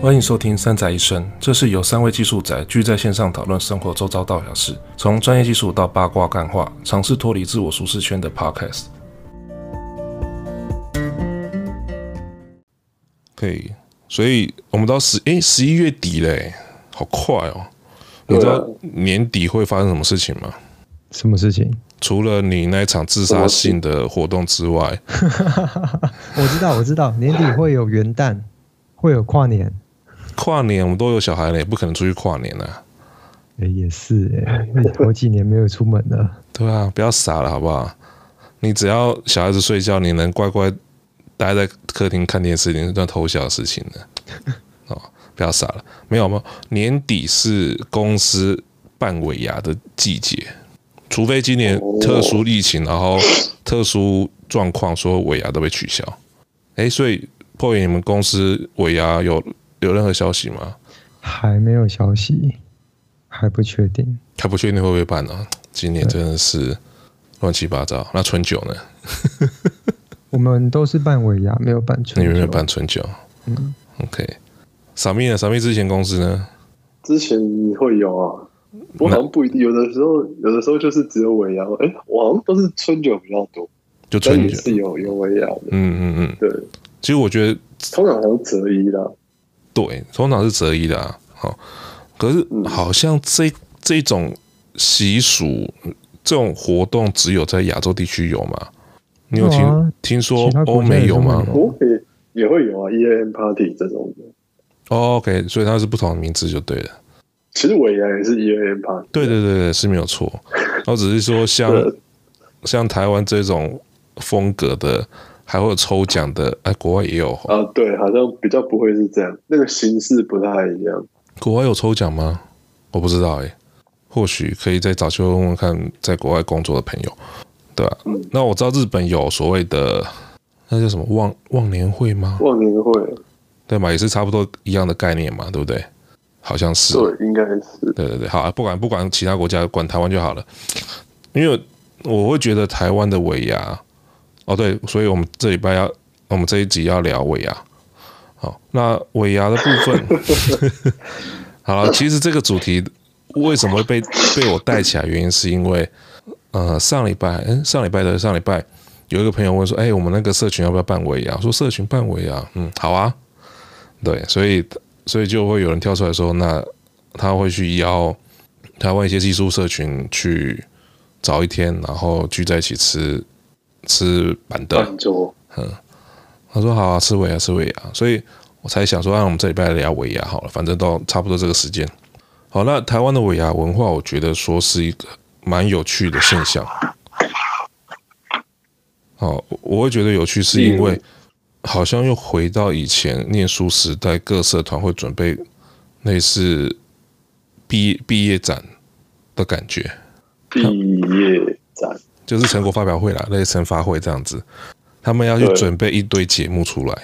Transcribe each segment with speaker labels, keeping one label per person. Speaker 1: 欢迎收听《三宅一生》，这是由三位技术宅聚在线上讨论生活周遭大小事，从专业技术到八卦干话，尝试脱离自我舒适圈的 Podcast。可以，所以我们到十诶十一月底嘞，好快哦！你知道年底会发生什么事情吗？
Speaker 2: 什么事情？
Speaker 1: 除了你那一场自杀性的活动之外，
Speaker 2: 我知道，我知道，年底会有元旦，会有跨年，
Speaker 1: 跨年我们都有小孩了，也不可能出去跨年啊，
Speaker 2: 哎、也是哎、好几年没有出门了。
Speaker 1: 对啊，不要傻了好不好？你只要小孩子睡觉，你能乖乖待在客厅看电视，已经是段偷笑的事情了。哦，不要傻了，没有没有，年底是公司办尾牙的季节，除非今年特殊疫情，然后特殊状况，说尾牙都被取消。哎，所以破影，你们公司尾牙有有任何消息吗？
Speaker 2: 还没有消息，还不确定。
Speaker 1: 还不确定会不会办呢、今年真的是乱七八糟。那春酒呢？
Speaker 2: 我们都是办尾牙，没有办春
Speaker 1: 你
Speaker 2: 酒。
Speaker 1: 有没有办春酒？嗯，OK。傻咪呢？傻咪之前公司呢？
Speaker 3: 之前会有啊，我好像不一定，有的时候有的时候就是只有尾牙，哎、我好像都是春酒比较多，
Speaker 1: 就
Speaker 3: 但
Speaker 1: 春
Speaker 3: 也
Speaker 1: 酒。
Speaker 3: 是有有尾牙的，
Speaker 1: 嗯嗯嗯。
Speaker 3: 对，
Speaker 1: 其实我觉得
Speaker 3: 通常好像择一啦，
Speaker 1: 对，通常是择一的啊。好、可是
Speaker 2: 嗯
Speaker 1: 好像这这种习俗、这种活动只有在亚洲地区有吗？你有听、
Speaker 2: 有啊
Speaker 1: 听说
Speaker 2: 其他国
Speaker 1: 欧
Speaker 2: 家
Speaker 1: 美
Speaker 2: 也
Speaker 1: 有
Speaker 2: 这么
Speaker 1: 吗
Speaker 2: 有
Speaker 3: 我也也会有啊，E A M party 这种的，
Speaker 1: 哦？OK，所以它是不同的名字就对了。
Speaker 3: 其实尾牙也是 E A M party，
Speaker 1: 对对对对，是没有错。我只是说像
Speaker 3: 对
Speaker 1: 像台湾这种风格的，还会有抽奖的，哎，国外也有，
Speaker 3: 啊，对，好像比较不会是这样，那个形式不太一样，
Speaker 1: 国外有抽奖吗？我不知道哎、或许可以再找去问问看，在国外工作的朋友，对吧、
Speaker 3: 嗯
Speaker 1: 那我知道日本有所谓的那叫什么忘忘年会吗？
Speaker 3: 忘年会，
Speaker 1: 对嘛，也是差不多一样的概念嘛，对不对？好像是，
Speaker 3: 对，应该是，
Speaker 1: 对对对，好，啊不管不管其他国家，管台湾就好了，因为我会觉得台湾的尾牙，哦对，所以我们这礼拜要，我们这一集要聊尾牙。好，那尾牙的部分， 好了，其实这个主题为什么会被被我带起来，原因是因为，呃，上礼拜，嗯，上礼拜的上礼拜有一个朋友问说，哎、我们那个社群要不要办尾牙？我说社群办尾牙，嗯，好啊，对，所以所以就会有人跳出来说，那他会去邀台湾一些技术社群去找一天，然后聚在一起吃吃板凳。
Speaker 3: 半桌，
Speaker 1: 他说好啊，吃尾牙，吃尾牙，所以我才想说，那我们这礼拜来聊尾牙好了，反正到差不多这个时间。好，那台湾的尾牙文化，我觉得说是一个蛮有趣的现象。哦，我我会觉得有趣，是因为好像又回到以前念书时代，各社团会准备类似毕毕业展的感觉。
Speaker 3: 毕业展，
Speaker 1: 就是成果发表会啦，类似成发会这样子，他们要去
Speaker 3: 对
Speaker 1: 准备一堆节目出来，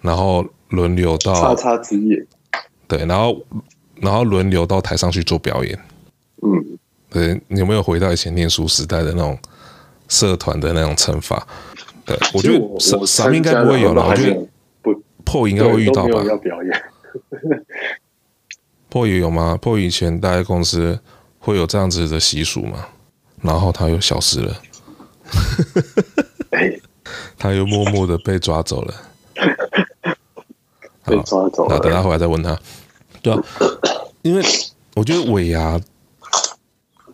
Speaker 1: 然后轮流
Speaker 3: 叉
Speaker 1: 到
Speaker 3: 叉之夜，
Speaker 1: 对，然后然后轮流到台上去做表演。
Speaker 3: 嗯，
Speaker 1: 对，你有没有回到以前念书时代的那种社团的那种惩罚？对，我觉
Speaker 3: 其
Speaker 1: 得
Speaker 3: 实我
Speaker 1: 傻
Speaker 3: 我
Speaker 1: 傻面应该不会有了，我
Speaker 3: 参加
Speaker 1: 觉得
Speaker 3: 的话还没有不
Speaker 1: 破应该会遇到
Speaker 3: 对都
Speaker 1: 吧
Speaker 3: 没有？要表演。
Speaker 1: 破也有吗？破以前大家公司会有这样子的习俗吗？然后他又消失了，
Speaker 3: 哎
Speaker 1: 他又默默的被抓走了。
Speaker 3: 被抓走
Speaker 1: 啊那等他
Speaker 3: 了。
Speaker 1: 回来再问他。对啊，因为我觉得尾牙，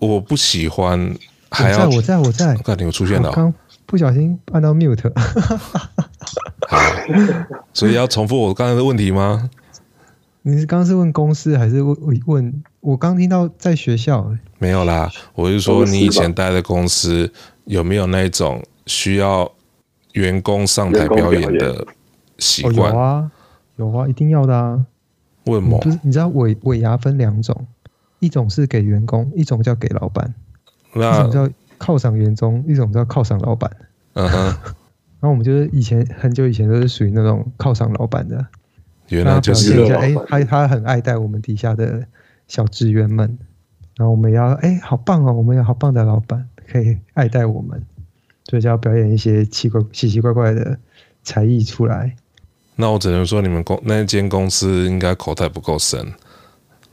Speaker 1: 我不喜欢还要。
Speaker 2: 我在我在我在，
Speaker 1: 看你有出现了
Speaker 2: 我
Speaker 1: 哦，
Speaker 2: 刚不小心按到 mute，
Speaker 1: 所以要重复我刚才的问题吗？
Speaker 2: 你是刚刚是问公司还是问问？我刚听到在学校、哎
Speaker 1: 没有啦，我是说
Speaker 3: 公司哦吧
Speaker 1: 你以前待的公司有没有那种需要员工上台
Speaker 3: 员工
Speaker 1: 表
Speaker 3: 表演
Speaker 1: 演的习
Speaker 2: 哦有
Speaker 1: 惯？
Speaker 2: 啊有啊，一定要的啊。
Speaker 1: 问某
Speaker 2: 不是，你知道尾尾牙分两种，一种是给员工，一种叫给老板，一
Speaker 1: 那
Speaker 2: 种叫犒赏员工，一种叫犒赏老板。
Speaker 1: 嗯哼，
Speaker 2: 然后我们就是以前很久以前都是属于那种犒赏老板的，
Speaker 1: 原来
Speaker 2: 让他
Speaker 1: 就
Speaker 2: 表
Speaker 1: 是
Speaker 2: 现一下，
Speaker 3: 老板
Speaker 2: 哎、他他很爱戴我们底下的小职员们，然后我们也要哎、好棒哦，我们有好棒的老板可以爱戴我们，所以就要表演一些奇怪奇奇怪怪的才艺出来，
Speaker 1: 那我只能说你们公那间公司应该口袋不够深，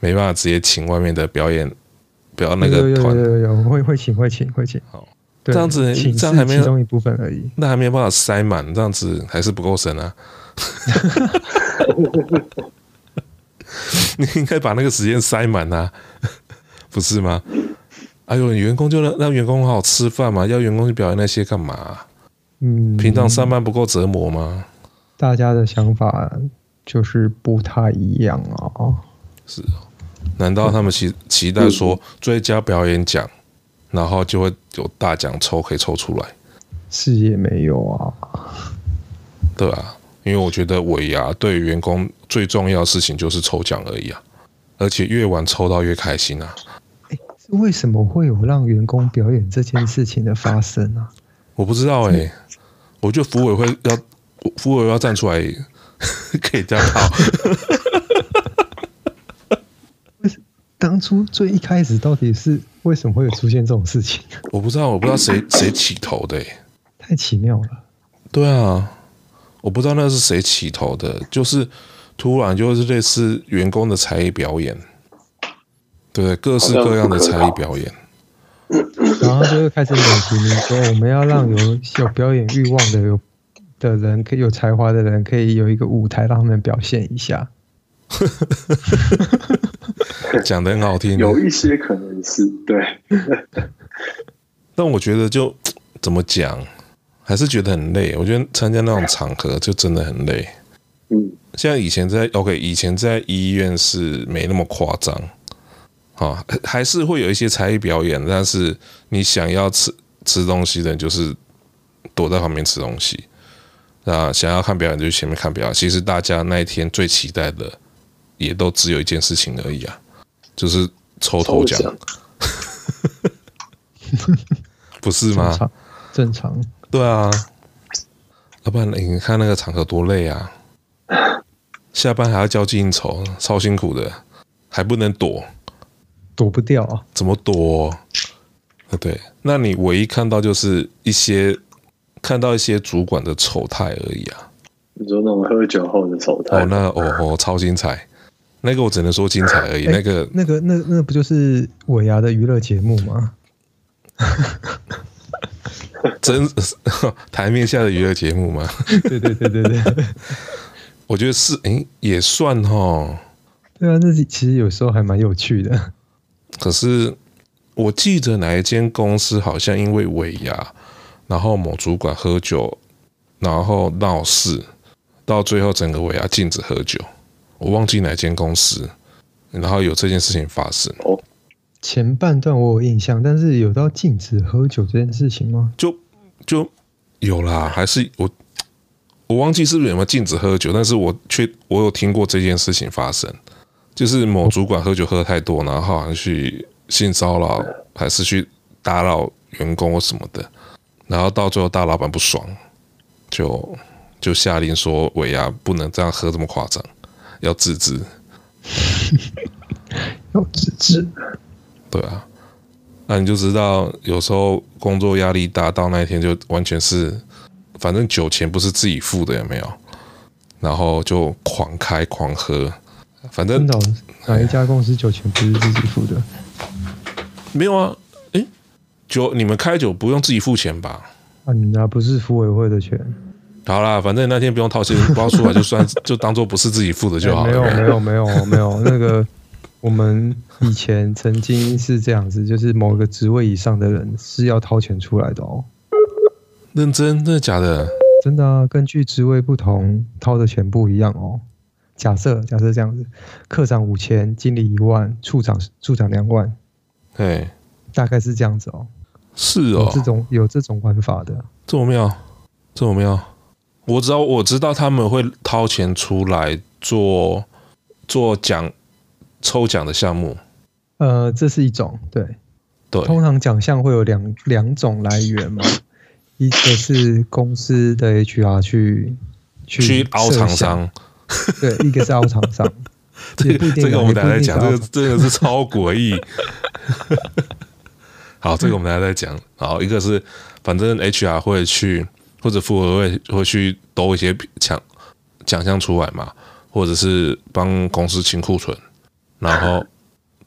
Speaker 1: 没办法直接请外面的表演表那
Speaker 2: 有
Speaker 1: 个
Speaker 2: 有有
Speaker 1: 团，
Speaker 2: 有有有，会会请会请会请。
Speaker 1: 好，
Speaker 2: 对
Speaker 1: 这样子
Speaker 2: 请
Speaker 1: 这样
Speaker 2: 是
Speaker 1: 还没有
Speaker 2: 其中一部分而已。
Speaker 1: 那还没有办法塞满，这样子还是不够深啊。 你应该把那个时间塞满啊， 不是吗？哎呦，员工就让让员工好好吃饭嘛，要员工去表演那些干嘛、啊
Speaker 2: 嗯，
Speaker 1: 平常上班不够折磨吗？
Speaker 2: 大家的想法就是不太一样哦。
Speaker 1: 难道他们期期待说追加表演奖，然后就会有大奖抽可以抽出来，
Speaker 2: 是也没有啊，
Speaker 1: 对吧、因为我觉得尾牙对员工最重要的事情就是抽奖而已啊，而且越晚抽到越开心啊！
Speaker 2: 为什么会有让员工表演这件事情的发生啊？
Speaker 1: 我不知道哎、我觉得服委会要服委会要站出来， 可以这样跑，
Speaker 2: 当初最一开始到底是为什么会有出现这种事情？
Speaker 1: 我不知道我不知道谁谁起头的、欸，
Speaker 2: 太奇妙了。
Speaker 1: 对啊，我不知道那是谁起头的，就是突然就是类似员工的才艺表演，对，各式各样的才艺表演，
Speaker 2: 然后就会开始美其名说，我们要让有有表演欲望的有的人，可以有才华的人，可以有一个舞台让他们表现一下。
Speaker 1: 讲的很好听，
Speaker 3: 有一些可能是对，
Speaker 1: 但我觉得就怎么讲，还是觉得很累。我觉得参加那种场合就真的很累。
Speaker 3: 嗯，
Speaker 1: 像以前在 OK，以前在医院是没那么夸张，啊，还是会有一些才艺表演，但是你想要吃吃东西的人就是躲在旁边吃东西，那想要看表演就去前面看表演。其实大家那一天最期待的也都只有一件事情而已啊，就是抽头奖，
Speaker 3: 奖
Speaker 1: 不是
Speaker 2: 正
Speaker 1: 吗？
Speaker 2: 常，正常。
Speaker 1: 对啊，要不然你看那个场合多累啊！下班还要交际应酬，超辛苦的，还不能躲，
Speaker 2: 躲不掉啊！
Speaker 1: 怎么躲？啊，对，那你唯一看到就是一些看到一些主管的丑态而已啊。
Speaker 3: 你说那种喝酒后的手态
Speaker 1: 哦，，那哦哦，超精彩，那个我只能说精彩而已。
Speaker 2: 哎
Speaker 1: 那个
Speaker 2: 那个那那不就是尾牙的娱乐节目吗？
Speaker 1: 真 台面下的娱乐节目嘛，
Speaker 2: 对对对对对，
Speaker 1: 我觉得是，诶、也算哦。
Speaker 2: 对啊，那其实有时候还蛮有趣的。
Speaker 1: 可是我记得哪一间公司好像因为尾牙，然后某主管喝酒，然后闹事，到最后整个尾牙禁止喝酒。我忘记哪间公司，然后有这件事情发生，
Speaker 2: 前半段我有印象，但是有到禁止喝酒这件事情吗？
Speaker 1: 就就有啦，还是我我忘记是不是有没有禁止喝酒，但是我却我有听过这件事情发生，就是某主管喝酒喝太多，然后好像去性骚扰，还是去打扰员工或什么的，然后到最后大老板不爽，就就下令说尾牙不能这样喝这么夸张，要自制，
Speaker 2: 要自制，
Speaker 1: 对啊。那你就知道，有时候工作压力大，到那一天就完全是，反正酒钱不是自己付的，有没有？然后就狂开狂喝，反正
Speaker 2: 真的哦哪一家公司酒钱不是自己付的？
Speaker 1: 没有啊，诶，酒你们开酒不用自己付钱吧？
Speaker 2: 啊，你拿不是服委会的钱？
Speaker 1: 好啦，反正那天不用掏钱 包出来，就算就当做不是自己付的就好
Speaker 2: 哎
Speaker 1: 了。
Speaker 2: 没有没有没有 没有，那个我们以前曾经是这样子，就是某个职位以上的人是要掏钱出来的哦。
Speaker 1: 认真，真的假的？
Speaker 2: 真的啊，根据职位不同，掏的钱不一样哦。假设假设这样子，科长五千，经理一万，处长处长两万，
Speaker 1: 哎，
Speaker 2: 大概是这样子哦。
Speaker 1: 是
Speaker 2: 有
Speaker 1: 哦，
Speaker 2: 这种有这种玩法的，
Speaker 1: 这么妙，这么妙。我知道，我知道他们会掏钱出来做做奖抽奖的项目，
Speaker 2: 呃，这是一种对。
Speaker 1: 对，
Speaker 2: 通常奖项会有两两种来源嘛，一个是公司的 HR 去去
Speaker 1: 去凹
Speaker 2: 设
Speaker 1: 厂
Speaker 2: 想，
Speaker 1: 商。
Speaker 2: 对，一个是凹厂商，
Speaker 1: 这
Speaker 2: 也不
Speaker 1: 个
Speaker 2: 一定
Speaker 1: 这个
Speaker 2: 啊
Speaker 1: 我们
Speaker 2: 也
Speaker 1: 等
Speaker 2: 不
Speaker 1: 下
Speaker 2: 一
Speaker 1: 再讲，
Speaker 2: 定是
Speaker 1: 这
Speaker 2: 凹
Speaker 1: 个真的是超诡异。 好，这个我们等下再讲。好，一个是反正 HR 会去或者复合会会去兜一些抢奖项出来嘛，或者是帮公司清库存，然后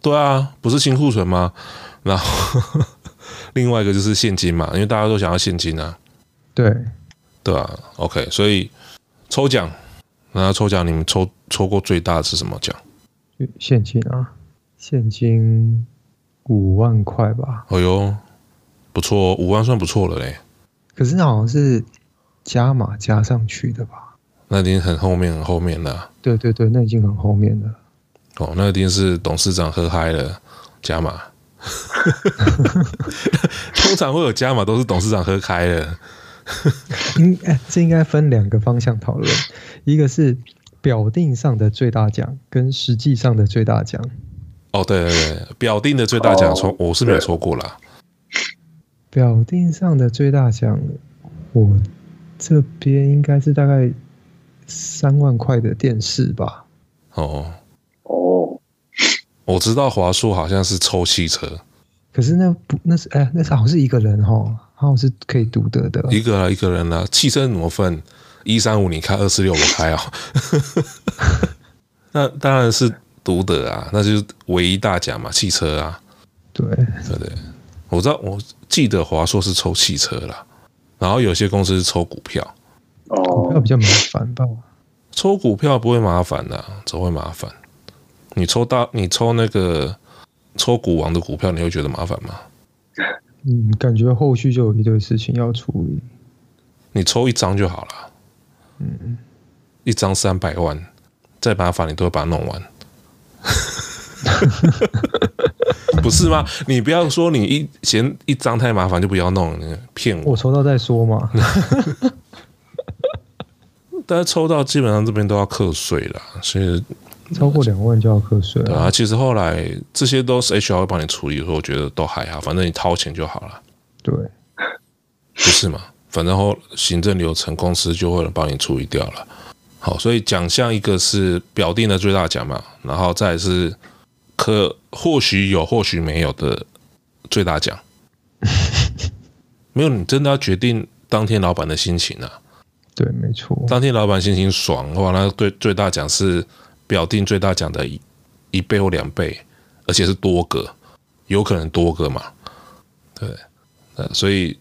Speaker 1: 对啊，不是清库存吗？然后另外一个就是现金嘛，因为大家都想要现金啊，
Speaker 2: 对，
Speaker 1: 对啊 OK，所以抽奖，那抽奖你们抽抽过最大的是什么奖？
Speaker 2: 就现金啊，现金五万块吧。
Speaker 1: 哎呦，不错，哦，五万算不错了嘞，
Speaker 2: 可是那好像是加码加上去的吧？
Speaker 1: 那已经很后面很后面了啊、
Speaker 2: 对对对，那已经很后面了。
Speaker 1: 哦，那一定是董事长喝嗨了，加码。 通常会有加码，都是董事长喝开了。
Speaker 2: 应哎，这应该分两个方向讨论，一个是表定上的最大奖跟实际上的最大奖。
Speaker 1: 哦，对对对，表定的最大奖抽，
Speaker 3: 哦
Speaker 1: 我是没有抽过啦。
Speaker 2: 表定上的最大奖，我这边应该是大概三万块的电视吧。
Speaker 1: 哦，
Speaker 3: 哦，
Speaker 1: 我知道华硕好像是抽汽车，
Speaker 2: 可是那不那是哎，那是好像是一个人哦，好像是可以独得的。
Speaker 1: 一个啦一个人啦，汽车怎么分？一三五你开，二四六我开哦。 那当然是独得啊，那就是唯一大奖嘛，汽车啊。
Speaker 2: 对，
Speaker 1: 对对，我知道，我记得华硕是抽汽车啦，然后有些公司是抽股票，
Speaker 2: 股票
Speaker 3: 哦
Speaker 2: 比，较麻烦吧。
Speaker 1: 抽股票不会麻烦的、只会麻烦。你抽大，你抽那个抽股王的股票，你会觉得麻烦吗？
Speaker 2: 嗯，感觉后续就有一堆事情要处理。
Speaker 1: 你抽一张就好了，
Speaker 2: 嗯，
Speaker 1: 一张三百万，再麻烦你都会把它弄完， 不是吗？你不要说你一嫌一张太麻烦就不要弄，你骗我
Speaker 2: 我。抽到再说嘛。
Speaker 1: 但是抽到基本上这边都要课税啦，所以
Speaker 2: 超过两万就要课税
Speaker 1: 对
Speaker 2: 了。
Speaker 1: 啊，其实后来这些都是 HR 会帮你处理，所以我觉得都还好，反正你掏钱就好了，
Speaker 2: 对，
Speaker 1: 不是嘛？反正后行政流程公司就会有人帮你处理掉了。好，所以奖项一个是表定的最大奖嘛，然后再来是可或许有或许没有的最大奖。没有，你真的要决定当天老板的心情啊。
Speaker 2: 对，没错。
Speaker 1: 当天老板心情爽的话，那最最大奖是表定最大奖的一一倍或两倍，而且是多个，有可能多个嘛？对，呃，所以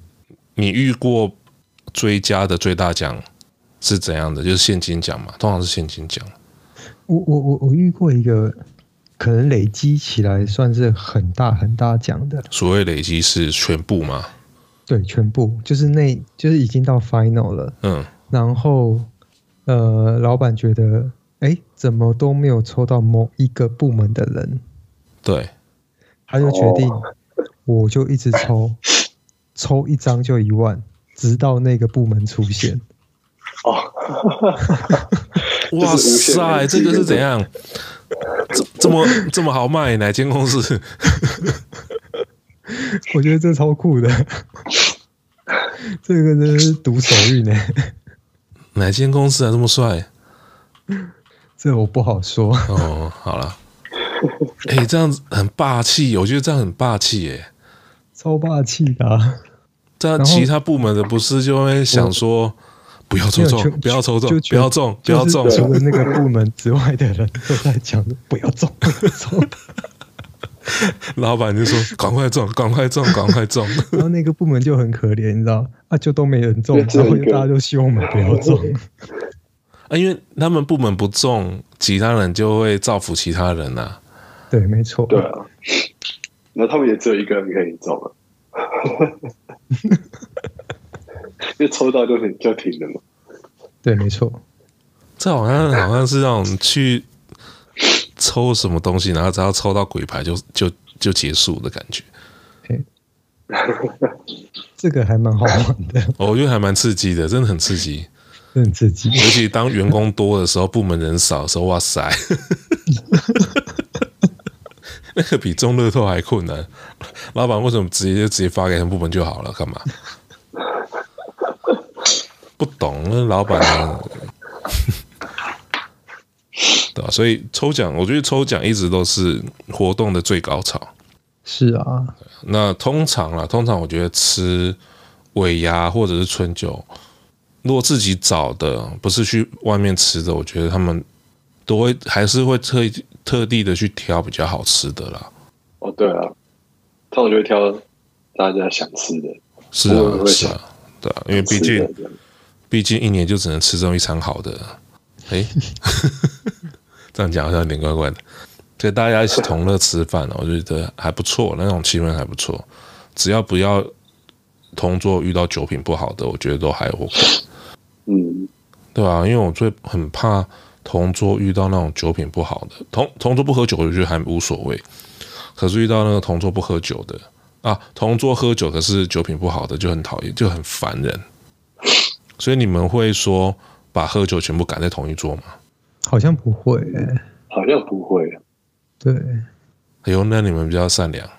Speaker 1: 你遇过追加的最大奖是怎样的？就是现金奖嘛，通常是现金奖。
Speaker 2: 我我我我遇过一个，可能累积起来算是很大很大奖的，
Speaker 1: 所谓累积是全部嘛？
Speaker 2: 对，全部就是那就是已经到 final 了，
Speaker 1: 嗯，
Speaker 2: 然后呃，老板觉得哎，怎么都没有抽到某一个部门的人，
Speaker 1: 对，
Speaker 2: 他就决定
Speaker 3: 哦
Speaker 2: 我就一直抽，抽一张就一万，直到那个部门出现。
Speaker 3: 哦，就是
Speaker 1: 哇
Speaker 3: 无限
Speaker 1: 塞，
Speaker 3: 累
Speaker 1: 这
Speaker 3: 积
Speaker 1: 个是
Speaker 3: 的
Speaker 1: 怎样？这这么这么好卖？哪间公司？
Speaker 2: 我觉得这超酷的，这个真的是读手运欸呢、
Speaker 1: 哪间公司啊？这么帅？
Speaker 2: 这我不好说。
Speaker 1: 哦，好 了，哎、这样子很霸气，我觉得这样很霸气耶。
Speaker 2: 超霸气的啊、
Speaker 1: 这样
Speaker 2: 然后
Speaker 1: 其他部门的不是就会想说，不要抽
Speaker 2: 没有
Speaker 1: 中
Speaker 2: 就，
Speaker 1: 不要抽中
Speaker 2: 就，
Speaker 1: 不要中，不要中
Speaker 2: 就。是除了那个部门之外的人都在讲不要中，不要中。
Speaker 1: 老板就说， 赶快中，赶快中，赶快中。
Speaker 2: 然后那个部门就很可怜，你知道啊，就都没人中，
Speaker 3: 就只有
Speaker 2: 然后
Speaker 3: 一个
Speaker 2: 大家就希望我们不要中。
Speaker 1: 啊，因为他们部门不中，其他人就会造福其他人呐、 啊
Speaker 2: 对，没错。
Speaker 3: 对啊，那他们也只有一个人可以中了， 因为抽到就停就停了嘛。
Speaker 2: 对，没错。
Speaker 1: 这好像好像是让我们去抽什么东西，然后只要抽到鬼牌就就就结束的感觉。
Speaker 2: 嘿这个还蛮好玩的，
Speaker 1: 哦我觉得还蛮刺激的，真的很刺激。
Speaker 2: 很刺激。
Speaker 1: 尤其当员工多的时候，部门人少的时候，哇塞，那个比中乐透还困难。老板为什么直接就直接发给他们部门就好了？干嘛？不懂那老板啊，对吧、所以抽奖，我觉得抽奖一直都是活动的最高潮。
Speaker 2: 是啊，
Speaker 1: 那通常啦，通常我觉得吃尾牙或者是春酒，如果自己找的，不是去外面吃的，我觉得他们都会还是会特特地的去挑比较好吃的啦。
Speaker 3: 哦，对啊，通常就会挑大家想吃的，
Speaker 1: 是
Speaker 3: 我也
Speaker 1: 啊，
Speaker 3: 会
Speaker 1: 是
Speaker 3: 想
Speaker 1: 啊，对啊，因为毕竟
Speaker 3: 吃的这样
Speaker 1: 毕竟一年就只能吃这么一餐好的。哎， 这样讲好像有点怪怪的。所以大家一起同乐吃饭啊，我觉得还不错，那种气氛还不错。只要不要同桌遇到酒品不好的，我觉得都还 OK。
Speaker 3: 嗯，
Speaker 1: 对啊，因为我最很怕同桌遇到那种酒品不好的，同同桌不喝酒，我觉得还无所谓。可是遇到那个同桌不喝酒的啊，同桌喝酒可是酒品不好的，就很讨厌，就很烦人。所以你们会说把喝酒全部赶在同一桌吗？
Speaker 2: 好像不会、欸，
Speaker 3: 好像不会，啊
Speaker 2: 对，
Speaker 1: 哎呦，那你们比较善良。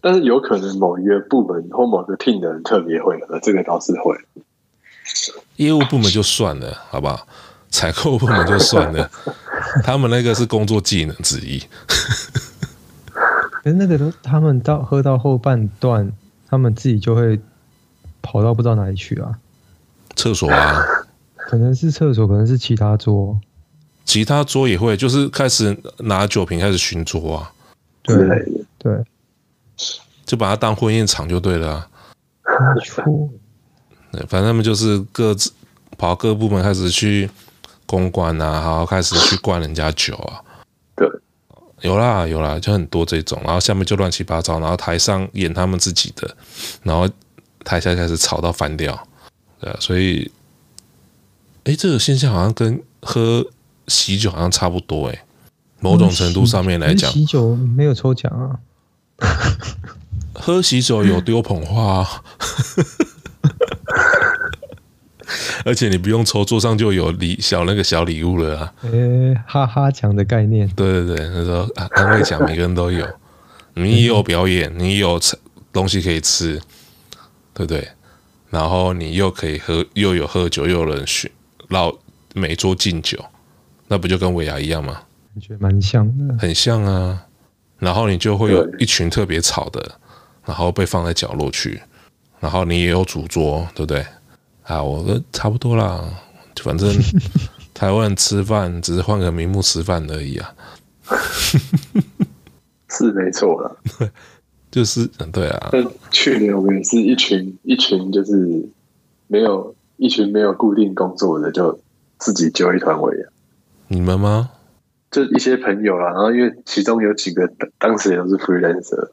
Speaker 3: 但是有可能某一个部门或某个 team 的人特别会，呃，这个倒是会。
Speaker 1: 业务部门就算了，好不好？采购部门就算了， 他们那个是工作技能之一。
Speaker 2: 可是那个都他们到喝到后半段，他们自己就会跑到不知道哪里去啊，
Speaker 1: 厕所啊，
Speaker 2: 可能是厕所，可能是其他桌，
Speaker 1: 其他桌也会，就是开始拿酒瓶开始巡桌啊，
Speaker 2: 对
Speaker 3: 之类的。
Speaker 2: 对，
Speaker 1: 就把它当婚宴场就对了、啊。
Speaker 2: 没错，
Speaker 1: 对，反正他们就是各自跑各部门开始去公关啊，然后开始去灌人家酒啊。
Speaker 3: 对，
Speaker 1: 有啦有啦，就很多这种，然后下面就乱七八糟，然后台上演他们自己的，然后台下开始吵到翻掉。对啊，所以，诶，这个现象好像跟喝喜酒好像差不多诶，某种程度上面来讲
Speaker 2: 可是，喜酒没有抽奖啊，
Speaker 1: 喝喜酒有丢捧花、啊， 而且你不用抽，桌上就有礼小那个小礼物了啊！
Speaker 2: 诶、哈哈奖的概念，
Speaker 1: 对对对，那时候啊安慰奖每个人都有， 你有表演，你有吃东西可以吃，对不对？然后你又可以喝，又有喝酒，又有人去绕每桌敬酒，那不就跟尾牙一样吗？
Speaker 2: 感觉蛮像的，
Speaker 1: 很像啊。然后你就会有
Speaker 3: 对
Speaker 1: 一群特别吵的，然后被放在角落去，然后你也有主桌，对不对？啊，我呃差不多啦，就反 正台湾吃饭只是换个名目吃饭而已啊，
Speaker 3: 是没错啦。
Speaker 1: 就是嗯对啊，
Speaker 3: 但去年我们也是一群一群，就是没有一群没有固定工作的，就自己揪一团尾牙，啊
Speaker 1: 你们吗？
Speaker 3: 就一些朋友啦。啊然后因为其中有几个当当时也都是 freelancer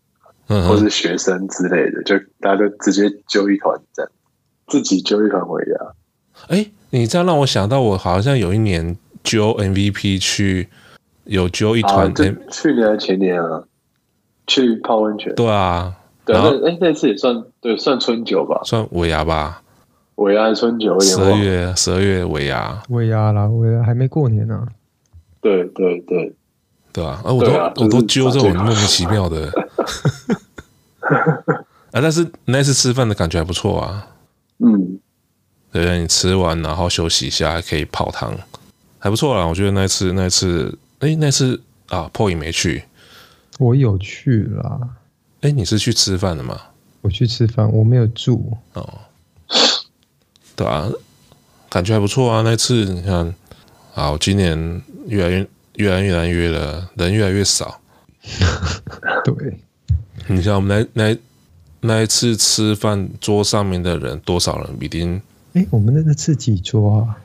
Speaker 1: 嗯
Speaker 3: 或
Speaker 1: 哼，
Speaker 3: 是学生之类的，就大家就直接揪一团这样，自己揪一团尾啊牙。
Speaker 1: 哎，你这样让我想到，我好像有一年揪 MVP 去，有揪一团哎
Speaker 3: 啊，就
Speaker 1: M，、
Speaker 3: 去年还是前年啊，去泡温泉。
Speaker 1: 对啊，
Speaker 3: 对
Speaker 1: 然
Speaker 3: 啊，
Speaker 1: 后
Speaker 3: 那哎、那次也算对，算春酒吧，
Speaker 1: 算尾牙吧，
Speaker 3: 尾牙还是春酒，有点
Speaker 1: 十二
Speaker 3: 忘了。
Speaker 1: 月十二月尾牙，
Speaker 2: 尾牙啊啦，尾牙还没过年呢、啊，
Speaker 3: 对对对，
Speaker 1: 对啊，啊，我都、
Speaker 3: 对啊
Speaker 1: 我都
Speaker 3: 就是
Speaker 1: 揪这种
Speaker 3: 把这个
Speaker 1: 莫名其妙 的，啊，但是那次吃饭的感觉还不错啊，
Speaker 3: 嗯，
Speaker 1: 对不对，你吃完然后休息一下，还可以泡汤，还不错啦。啊我觉得那次那次，哎，那次啊破影没去，
Speaker 2: 我有去啦，
Speaker 1: 哎，你是去吃饭的吗？
Speaker 2: 我去吃饭，我没有住，
Speaker 1: 哦，对啊，感觉还不错啊。那次你看，啊，我今年越来越越来越难约了，人越来越少，
Speaker 2: 对，
Speaker 1: 你像我们那那那一次吃饭桌上面的人多少人？一定
Speaker 2: 诶、我们那个是几桌啊？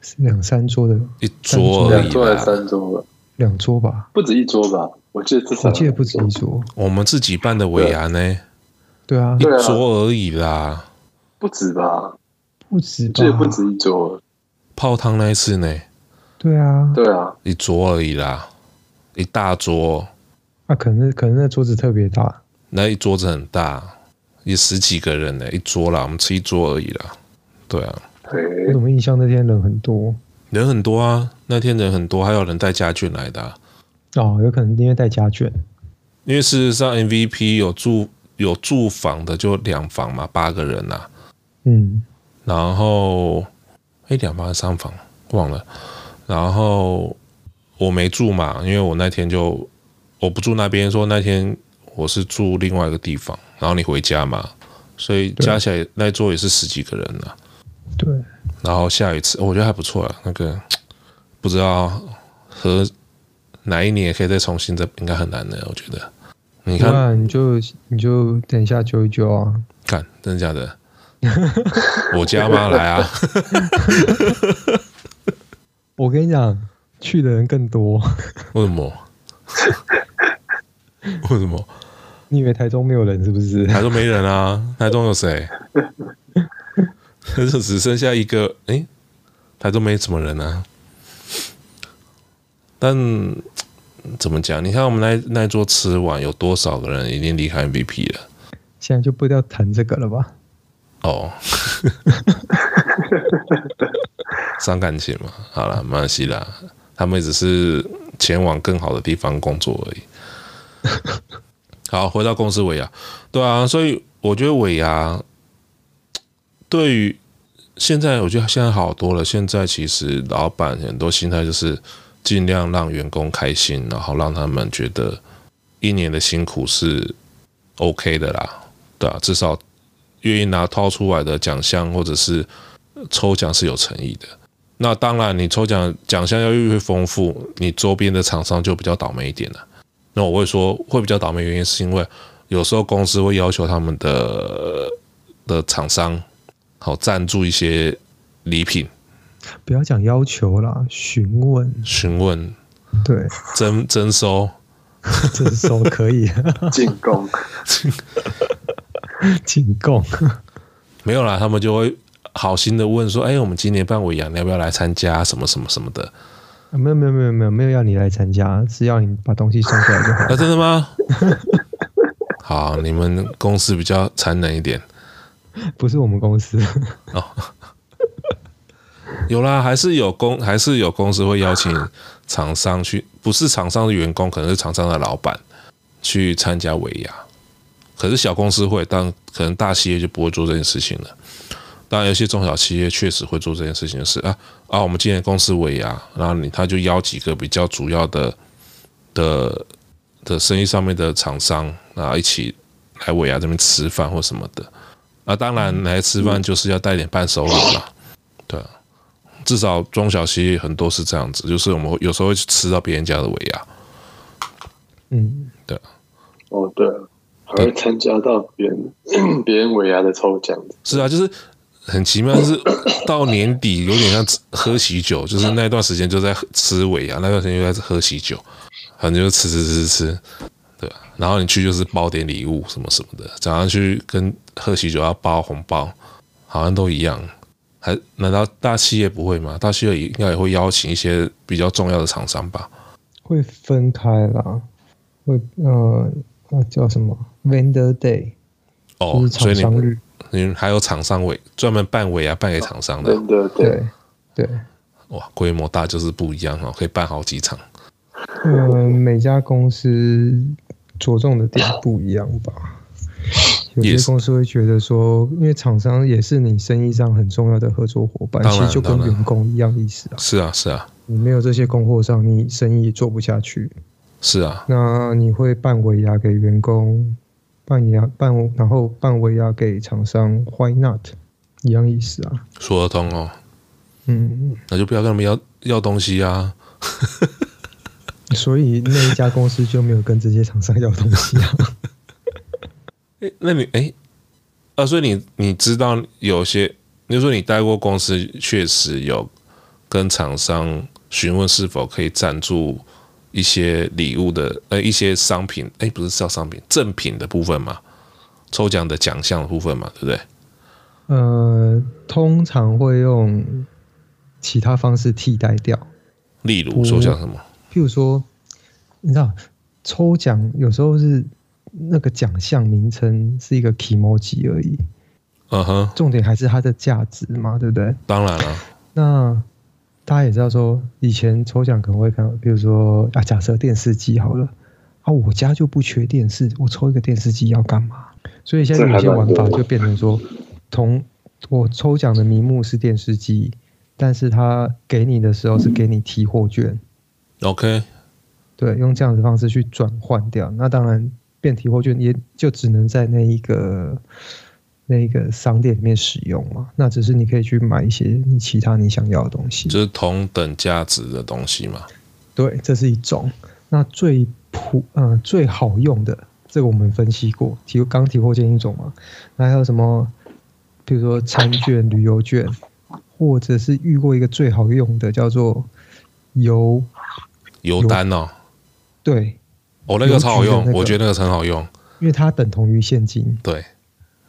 Speaker 2: 是两三桌的，
Speaker 1: 一桌而
Speaker 3: 两
Speaker 1: 已
Speaker 3: 桌还是
Speaker 1: 啦。
Speaker 3: 三桌吧，
Speaker 2: 两桌吧，
Speaker 3: 不止一桌吧，我记得至少
Speaker 2: 我记得不止一桌，
Speaker 1: 我们自己办的尾牙呢，
Speaker 2: 对啊
Speaker 1: 一，
Speaker 3: 对啊
Speaker 1: 桌而已啦。
Speaker 3: 不止吧，
Speaker 2: 不止吧
Speaker 3: 记得？不止一
Speaker 2: 啊
Speaker 3: 桌。
Speaker 1: 泡汤那一次呢，
Speaker 2: 对啊，
Speaker 3: 对啊，
Speaker 1: 一桌而已啦，一大桌，
Speaker 2: 啊，可能可能那桌子特别大，
Speaker 1: 那一桌子很大，也十几个人呢，一桌啦，我们吃一桌而已啦。对啊，
Speaker 3: 哎、
Speaker 2: 我怎么印象那天人很多？
Speaker 1: 人很多啊，那天人很多，还有人带家眷来的啊、
Speaker 2: 哦，有可能因为带家眷，
Speaker 1: 因为事实上 MVP 有住有住房的就两房嘛，八个人呐、啊
Speaker 2: 嗯，
Speaker 1: 然后哎，两房还是三房忘了。然后我没住嘛，因为我那天就我不住那边，说那天我是住另外一个地方，然后你回家嘛，所以加起来那一桌也是十几个人呐、
Speaker 2: 对，
Speaker 1: 啊然后下雨次、哦我觉得还不错啊。那个不知道和哪一年也可以再重新再，应该很难的，我觉得。你看，
Speaker 2: 那你就你就等一下九九啊，
Speaker 1: 看，真的假的？我家吗？来啊！
Speaker 2: 我跟你讲，去的人更多。
Speaker 1: 为什么？ 为什么？
Speaker 2: 你以为台中没有人是不是？
Speaker 1: 台中没人啊？台中有谁？ 台中只剩下一个，诶，台中没什么人啊。但怎么讲？你看我们那那一桌吃完，有多少个人已经离开 MVP 了？
Speaker 2: 现在就不要谈这个了吧？
Speaker 1: 哦，伤感情嘛，好了，没关系啦，他们只是前往更好的地方工作而已。 好，回到公司尾牙，对啊，所以我觉得尾牙对于现在，我觉得现在好多了。现在其实老板很多心态就是尽量让员工开心，然后让他们觉得一年的辛苦是 OK 的啦，对啊，至少愿意拿掏出来的奖项或者是呃抽奖是有诚意的。那当然，你抽奖奖项要越丰富，你周边的厂商就比较倒霉一点了。那我会说会比较倒霉，原因是因为有时候公司会要求他们的的厂商好赞助一些礼品，
Speaker 2: 不要讲要求啦，询问，
Speaker 1: 询问
Speaker 2: 对，
Speaker 1: 征征收，
Speaker 2: 这是收可以，
Speaker 3: 进攻，
Speaker 2: 进贡。
Speaker 1: 没有啦，他们就会好心的问说：“哎、我们今年办尾牙，你要不要来参加？什么什么什么的。”
Speaker 2: 没有没有没有没有没有要你来参加，是要你把东西送过来就好。
Speaker 1: 啊，真的吗？好，你们公司比较残忍一点
Speaker 2: 不是我们公司，
Speaker 1: 哦。有啦，还是有公，还是有公司会邀请厂商去，不是厂商的员工，可能是厂商的老板去参加尾牙。可是小公司会，但可能大企业就不会做这件事情了。当然，有些中小企业确实会做这件事情，就是啊啊，我们今年公司尾牙，然后你他就邀几个比较主要的的的生意上面的厂商啊，一起来尾牙这边吃饭或什么的。啊，当然来吃饭就是要带点伴手礼嘛，对啊，至少中小企业很多是这样子，就是我们会有时候会去吃到别人家的尾牙，
Speaker 2: 嗯，
Speaker 3: 哦对了，还会参加到别 人别人尾牙的抽奖，
Speaker 1: 是啊，就是很奇妙，就是到年底有点像吃喝喜酒，就是那段时间就在喝吃尾牙，那段时间就在喝喜酒，反正就吃吃吃吃吃，对吧、然后你去就是包点礼物什么什么的，早上去跟喝喜酒要包红包，好像都一样。还难道大企业不会吗？大企业应该也会邀请一些比较重要的厂商吧？
Speaker 2: 会分开啦，会呃呃叫什么 Vendor Day，
Speaker 1: 哦
Speaker 2: 就，是
Speaker 1: 所
Speaker 2: 厂
Speaker 1: 以
Speaker 2: 商
Speaker 1: 你
Speaker 2: 日，
Speaker 1: 你还有厂商委专门办尾牙办给厂商的，
Speaker 3: 真的对，
Speaker 2: 对对，
Speaker 1: 哇，规模大就是不一样哦，可以办好几场。
Speaker 2: 呃，每家公司着重的点不一样 吧。有
Speaker 1: 也
Speaker 2: 些
Speaker 1: 是
Speaker 2: 公司会觉得说，因为厂商也是你生意上很重要的合作伙伴，
Speaker 1: 当
Speaker 2: 其
Speaker 1: 然
Speaker 2: 实就跟
Speaker 1: 当然
Speaker 2: 员工一样意思啊。
Speaker 1: 是啊，是啊，
Speaker 2: 你没有这些供货商，你生意做不下去。
Speaker 1: 是啊，
Speaker 2: 那你会办尾牙给员工，办牙办，然后办尾牙给厂商，Why not？一样意思啊。
Speaker 1: 说得通哦，
Speaker 2: 嗯，
Speaker 1: 那就不要跟他们要要东西啊。
Speaker 2: 所以那一家公司就没有跟这些厂商要东西啊。
Speaker 1: 诶，那你诶，啊，所以你你知道有些，你就说你待过公司，确实有跟厂商询问是否可以赞助一些礼物的，呃，一些商品，诶，不是叫商品，赠品的部分嘛，抽奖的奖项的部分嘛，对不对？
Speaker 2: 呃，通常会用其他方式替代掉，
Speaker 1: 例如说像什么，
Speaker 2: 譬如说，你知道抽奖有时候是那个奖项名称是一个 k i m o j i 而已，
Speaker 1: 嗯哼，
Speaker 2: 重点还是它的价值嘛，对不对？
Speaker 1: 当然了、
Speaker 2: 那大家也知道说，以前抽奖可能会看到，比如说啊，假设电视机好了，啊，我家就不缺电视，我抽一个电视机要干嘛？所以现在有些玩法就变成说，同我抽奖的名目是电视机，但是他给你的时候是给你提货券，
Speaker 1: OK，
Speaker 2: 对，用这样的方式去转换掉。那当然，变提货券也就只能在那一个。那个商店里面使用嘛，那只是你可以去买一些你其他你想要的东西。
Speaker 1: 就是同等价值的东西嘛。
Speaker 2: 对，这是一种。那最普呃最好用的，这个我们分析过，提刚提过建议种嘛。那还有什么？比如说餐券、旅游券，或者是遇过一个最好用的叫做邮
Speaker 1: 邮单哦，
Speaker 2: 对，
Speaker 1: 哦那个超好用
Speaker 2: 邮局的那，个
Speaker 1: 我觉得那个很好用，
Speaker 2: 因为它等同于现金，
Speaker 1: 对，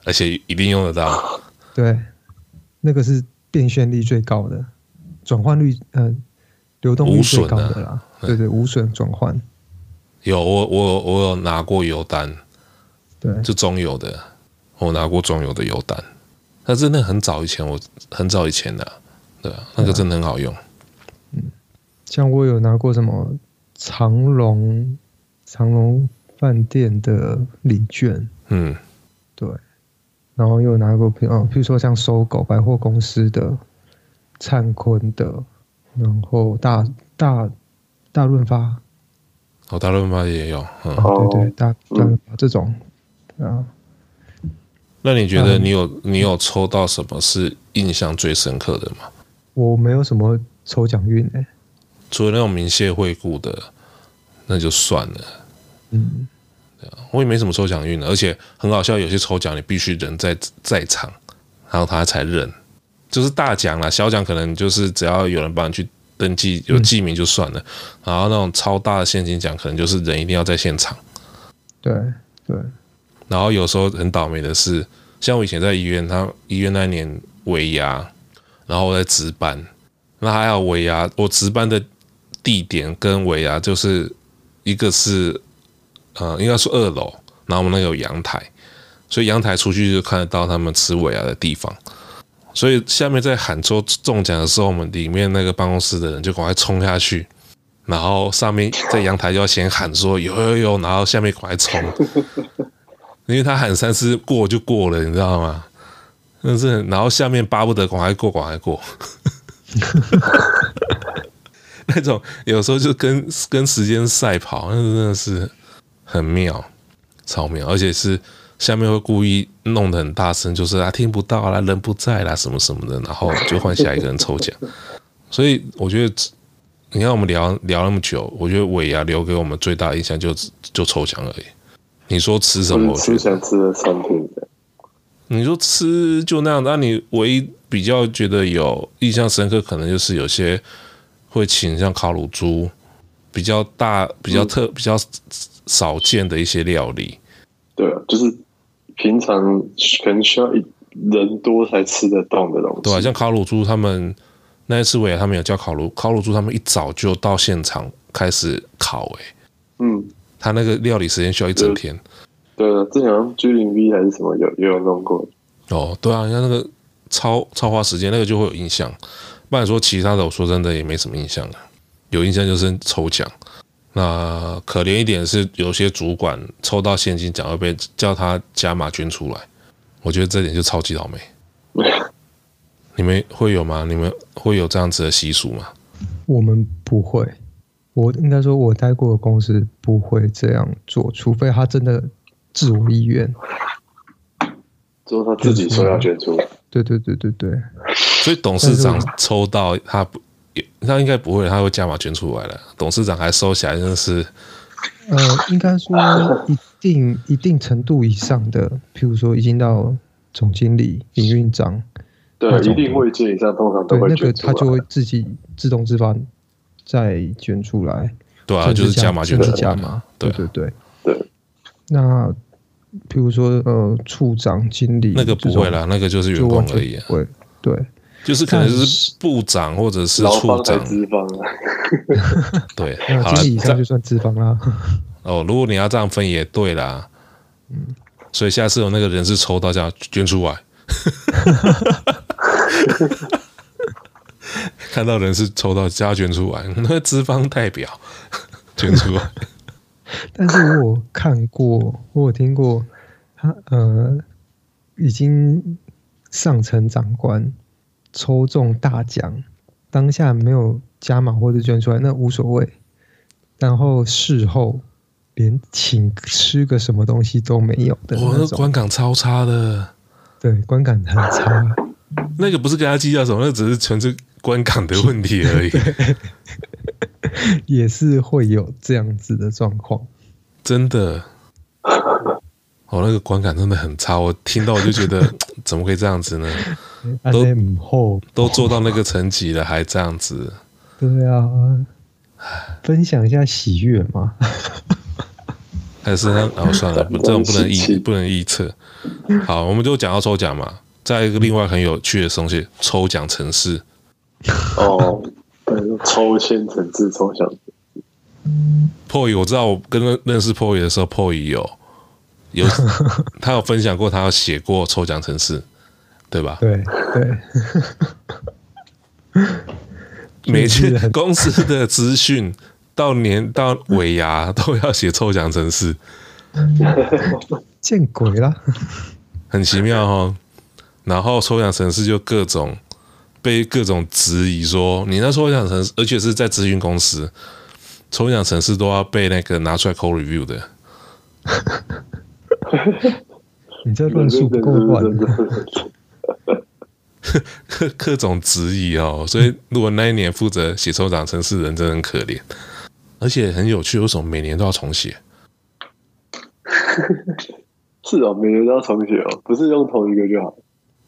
Speaker 1: 而且一定用得到。
Speaker 2: 对，那个是变现率最高的，转换率呃流动率
Speaker 1: 无损
Speaker 2: 最
Speaker 1: 啊
Speaker 2: 高的啦，对对，无损转换，
Speaker 1: 有我我有我有拿过邮单，
Speaker 2: 对，
Speaker 1: 就中邮的，我拿过中邮的邮单，那真的很早以前，我很早以前的啊，对啊，那个真的很好用。
Speaker 2: 像我有拿过什么长隆长隆饭店的礼券，
Speaker 1: 嗯，
Speaker 2: 对，然后又拿过，譬哦，譬如说像搜狗百货公司的、灿坤的，然后大大大润发啊，
Speaker 1: 哦，大润发也有，嗯，
Speaker 3: 哦
Speaker 2: 对对，大大润发这种啊，
Speaker 1: 那你觉得你有你有抽到什么是印象最深刻的吗？
Speaker 2: 我没有什么抽奖运哎、
Speaker 1: 除了那种明谢惠顾的，那就算了。
Speaker 2: 嗯，
Speaker 1: 我也没什么抽奖运的，而且很好笑，有些抽奖你必须人在在场，然后他才认，就是大奖啦，小奖可能就是只要有人帮你去登记有记名就算了，然后那种超大的现金奖可能就是人一定要在现场，
Speaker 2: 对对，
Speaker 1: 然后有时候很倒霉的是，像我以前在医院，他医院那一年尾牙，然后我在值班，那还好尾牙我值班的地点跟尾牙就是一个是呃应该是二楼，然后我们那个有阳台，所以阳台出去就看得到他们吃尾牙的地方。所以下面在喊出中奖的时候，我们里面那个办公室的人就赶快冲下去，然后上面在阳台就要先喊说有有有，然后下面赶快冲，因为他喊三次过就过了，你知道吗？但是很然后下面巴不得赶快过，赶快过。 那种有时候就跟跟时间赛跑，那真的是很妙，超妙，而且是下面会故意弄得很大声，就是啊听不到啦，人不在啦，什么什么的，然后就换下一个人抽奖。所以我觉得，你看我们聊聊那么久，我觉得尾牙留给我们最大的印象就就抽奖而已。你说吃什
Speaker 3: 就
Speaker 1: 么？
Speaker 3: 是
Speaker 1: 我觉
Speaker 3: 吃
Speaker 1: 得
Speaker 3: 想吃的餐厅的，
Speaker 1: 你说吃就那样，那你唯一比较觉得有印象深刻，可能就是有些会请像烤乳猪，比较大、比较特、比较少见的一些料理。
Speaker 3: 对啊，就是平常可能需要一人多才吃得动的东西，
Speaker 1: 对啊吧、像烤乳猪他们那一次我也他们有叫烤乳烤乳猪，他们一早就到现场开始烤、欸，
Speaker 3: 嗯，
Speaker 1: 他那个料理时间需要一整天。
Speaker 3: 对啊，之前好像 G 零 V 还是什么有也有弄过，
Speaker 1: 哦，对啊，你看那个超超花时间，那个就会有印象。不然说其他的，我说真的也没什么印象了。啊有印象就是抽奖。那可怜一点是，有些主管抽到现金奖会被叫他加码捐出来，我觉得这点就超级倒霉。你们会有吗？你们会有这样子的习俗吗？
Speaker 2: 我们不会，我应该说我待过的公司不会这样做，除非他真的自我意愿。
Speaker 3: 之后他自己说要捐出，
Speaker 2: 对对对对对，
Speaker 1: 所以董事长
Speaker 2: 但
Speaker 1: 抽到他不，也他应该不会，他会加码捐出来了。董事长还收起来，真的是
Speaker 2: 呃，应该说一定一定程度以上的，譬如说已经到总经理、营运长，
Speaker 3: 对啊
Speaker 2: 那，
Speaker 3: 一
Speaker 2: 种
Speaker 3: 定会见一下，通常都
Speaker 2: 对
Speaker 3: 会
Speaker 2: 那
Speaker 3: 捐
Speaker 2: 个
Speaker 3: 出
Speaker 2: 他
Speaker 3: 来。
Speaker 2: 就会自己自动自发再捐出来，
Speaker 1: 对啊，就是加码捐出
Speaker 2: 自
Speaker 1: 来
Speaker 2: 己加码，
Speaker 1: 对
Speaker 2: 对
Speaker 1: 啊
Speaker 2: 对对。
Speaker 3: 对，
Speaker 2: 那譬如说呃，处长、经理
Speaker 1: 那个不会
Speaker 2: 了，
Speaker 1: 啦，那个就是员
Speaker 2: 就
Speaker 1: 工
Speaker 2: 完全
Speaker 1: 而已、啊。
Speaker 2: 不会，对
Speaker 1: 就是可能
Speaker 2: 但
Speaker 1: 是
Speaker 2: 是
Speaker 1: 部长或者是
Speaker 3: 劳
Speaker 1: 处
Speaker 3: 方还
Speaker 1: 长，
Speaker 3: 资方啊，
Speaker 1: 对， 好
Speaker 2: 那
Speaker 1: 了
Speaker 2: 经理以，上
Speaker 1: 这
Speaker 2: 就算资方啦。
Speaker 1: 哦，如果你要这样分也对啦，嗯，所以下次有那个人是抽到这样捐出 来，看到人是抽到加捐出来，那资方代表 捐出来，
Speaker 2: 但是我有看过，我有听过，他呃，已经上层长官抽中大奖，当下没有加码或者捐出来，那无所谓。然后事后连请吃个什么东西都没有的
Speaker 1: 哇，
Speaker 2: 那
Speaker 1: 那
Speaker 2: 种，
Speaker 1: 观感超差的，
Speaker 2: 对，观感很差。
Speaker 1: 那个不是跟他计较什么，那只是纯粹观感的问题而已。
Speaker 2: 也是会有这样子的状况。
Speaker 1: 真的，哦，那个观感真的很差。我听到我就觉得，怎么可以这样子呢？都
Speaker 2: 唔后
Speaker 1: 都做到那个层级了，还这样子？
Speaker 2: 对啊，分享一下喜悦嘛。
Speaker 1: 还是那哦，算了，这种不能预不能预测。好，我们就讲到抽奖嘛。再一个，另外很有趣的东西，抽奖城市。
Speaker 3: 哦，对，抽签层次抽奖。
Speaker 1: Poy，我知道我跟认识 Poy 的时候，Poy 有有他有分享过，他有写过抽奖程式，对吧？
Speaker 2: 对对，
Speaker 1: 每次公司的资讯到年到尾牙 都要写抽奖程式，
Speaker 2: 见鬼啦！
Speaker 1: 很奇妙哦。然后抽奖程式就各种被各种质疑说，你那抽奖程式，而且是在咨询公司。抽奖城市都要被那个拿出来扣 review 的，
Speaker 2: 你这论述不够乱，
Speaker 1: 各种质疑哦。所以，如果那一年负责写抽奖城市人真的很可怜，而且很有趣，为什么每年都要重写？
Speaker 3: 是哦，每年都要重写哦，不是用同一个就好。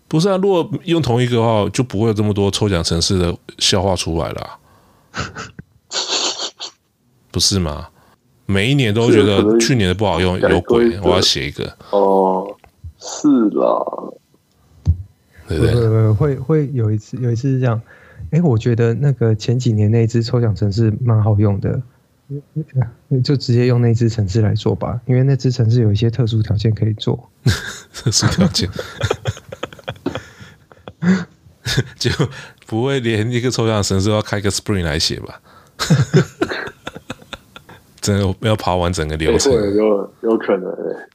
Speaker 1: 不是啊，如果用同一个的话，就不会有这么多抽奖城市的笑话出来了、啊。 不是吗？每一年都觉得去年的不好用，有鬼！我要写一个。
Speaker 3: 哦，是啦，
Speaker 1: 对不
Speaker 2: 对？会会有一次，有一次是这样。哎，我觉得那个前几年那只抽奖城市蛮好用的，就直接用那只城市来做吧，因为那只城市有一些特殊条件可以做。
Speaker 1: 特殊条件， 就不会连一个抽奖城市要开个 Spring 来写 吧？真的要跑完整个流程，
Speaker 3: 欸、有有可能、欸。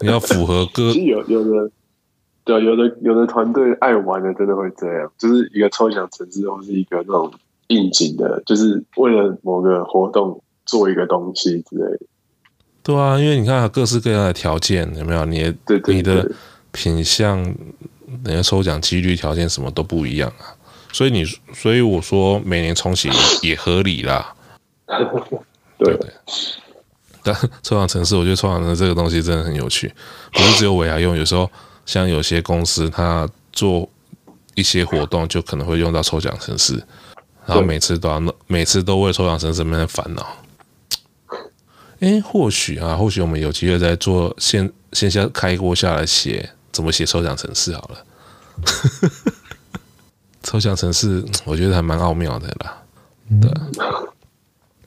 Speaker 1: 你要符合各
Speaker 3: 有有的，对，啊有的有的团队爱玩的真的会这样，就是一个抽奖城市或是一个那种应景的，就是为了某个活动做一个东西之类的。
Speaker 1: 对啊，因为你看各式各样的条件有没有？你
Speaker 3: 对
Speaker 1: 你的品相，人家抽奖几率条件什么都不一样啊，所以你所以我说每年重写也合理啦。
Speaker 3: 对,
Speaker 1: 对， 但抽奖城市，我觉得抽奖城市这个东西真的很有趣，不是只有尾牙用，有时候像有些公司，它做一些活动就可能会用到抽奖城市，然后每次都要弄，每次都为抽奖城市那边烦恼。哎，或许啊，或许我们有机会再做线线下开锅下来写怎么写抽奖城市好了。 抽奖城市，我觉得还蛮奥妙的啦，对。嗯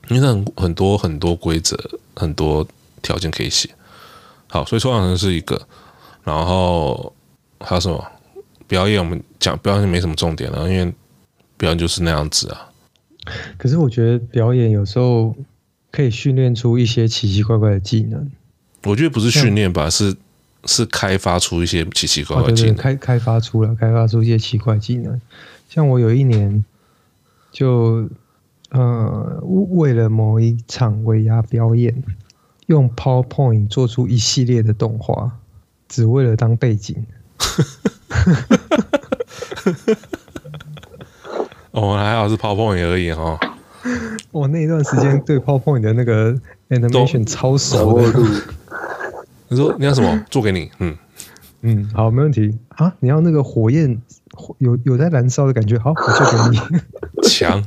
Speaker 1: 因为很很多很多规则，很多条件可以写。好，所以抽奖城是一个，然后还有什么表演？我们讲表演没什么重点啊了，因为表演就是那样子啊。
Speaker 2: 可是我觉得表演有时候可以训练出一些奇奇怪怪的技能。
Speaker 1: 我觉得不是训练吧，是是开发出一些奇奇怪哦怪技能，
Speaker 2: 嗯啊、对对开开发出了，开发出一些奇怪技能。像我有一年就。呃，为了某一场尾牙表演，用 PowerPoint 做出一系列的动画，只为了当背景。
Speaker 1: 哦，还好是 PowerPoint 而已哈。
Speaker 2: 我、哦、那一段时 间对 PowerPoint 的那个 animation 超熟的。
Speaker 1: 你说你要什么？做给你。嗯
Speaker 2: 嗯，好，没问题啊。你要那个火焰，有有在燃烧的感觉，好，我做给
Speaker 1: 你。强。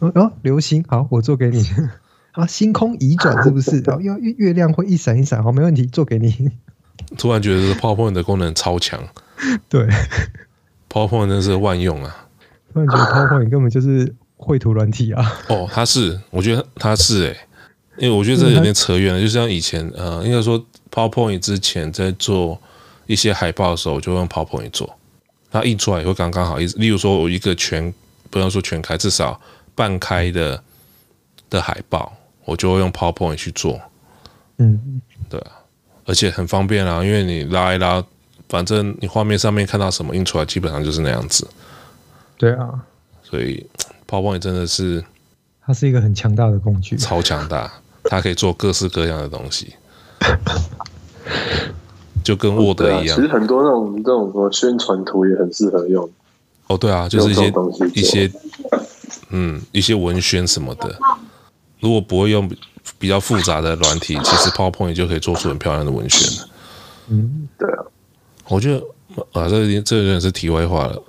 Speaker 2: 哦，流星好，我做给你。 啊，星空移转是不 是？哦然后要月月亮会一闪一闪，好，没问题，做给你。
Speaker 1: 突然觉得 PowerPoint 的功能超强，
Speaker 2: 对
Speaker 1: ，PowerPoint 真是万用啊！
Speaker 2: 突然觉得 PowerPoint 根本就是绘图软体啊！
Speaker 1: 哦，它是，我觉得它是诶、欸，因为我觉得这有点扯远了。就像以前呃，应该说 PowerPoint 之前在做一些海报的时候，我就用 PowerPoint 做，它印出来也会刚刚好。例如说，我一个全不要说全开，至少。半开的的海报，我就会用 PowerPoint 去做，
Speaker 2: 嗯，
Speaker 1: 对啊，而且很方便啊，因为你拉一拉，反正你画面上面看到什么印出来，基本上就是那样子。
Speaker 2: 对啊，
Speaker 1: 所以 PowerPoint 真的是，
Speaker 2: 它是一个很强大的工具，
Speaker 1: 超强大，它可以做各式各样的东西。就跟 Word
Speaker 3: 对啊，
Speaker 1: 一
Speaker 3: 其
Speaker 1: 样。
Speaker 3: 实很多那种这种什么宣传图也很适合用，
Speaker 1: 哦，对啊，就是一
Speaker 3: 有
Speaker 1: 些
Speaker 3: 这种东西
Speaker 1: 一些嗯一些文宣什么的。如果不会用比较复杂的软体，其实 PowerPoint 就可以做出很漂亮的文宣了。
Speaker 2: 嗯，
Speaker 3: 对啊，
Speaker 1: 我觉得啊，这有点这有点是题外话了。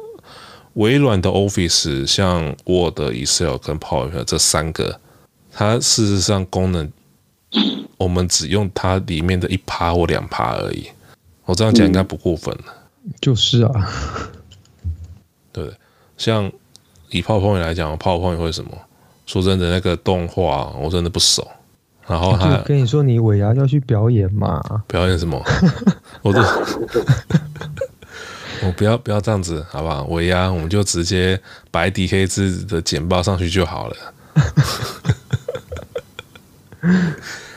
Speaker 1: 微软的 Office 像 Word、Excel 跟 PowerPoint 这三个，它事实上功能我们只用它里面的一趴或两趴而已。我这样讲应该不过分。
Speaker 2: 就是啊，
Speaker 1: 对，像以泡泡 t 来讲，泡泡 t 会什么？说真的，那个动画我真的不熟。然后他
Speaker 2: 就跟你说你尾牙要去表演嘛，
Speaker 1: 表演什么，我都 我不要不要这样子，好不好？尾牙我们就直接白底黑字的简报上去就好了，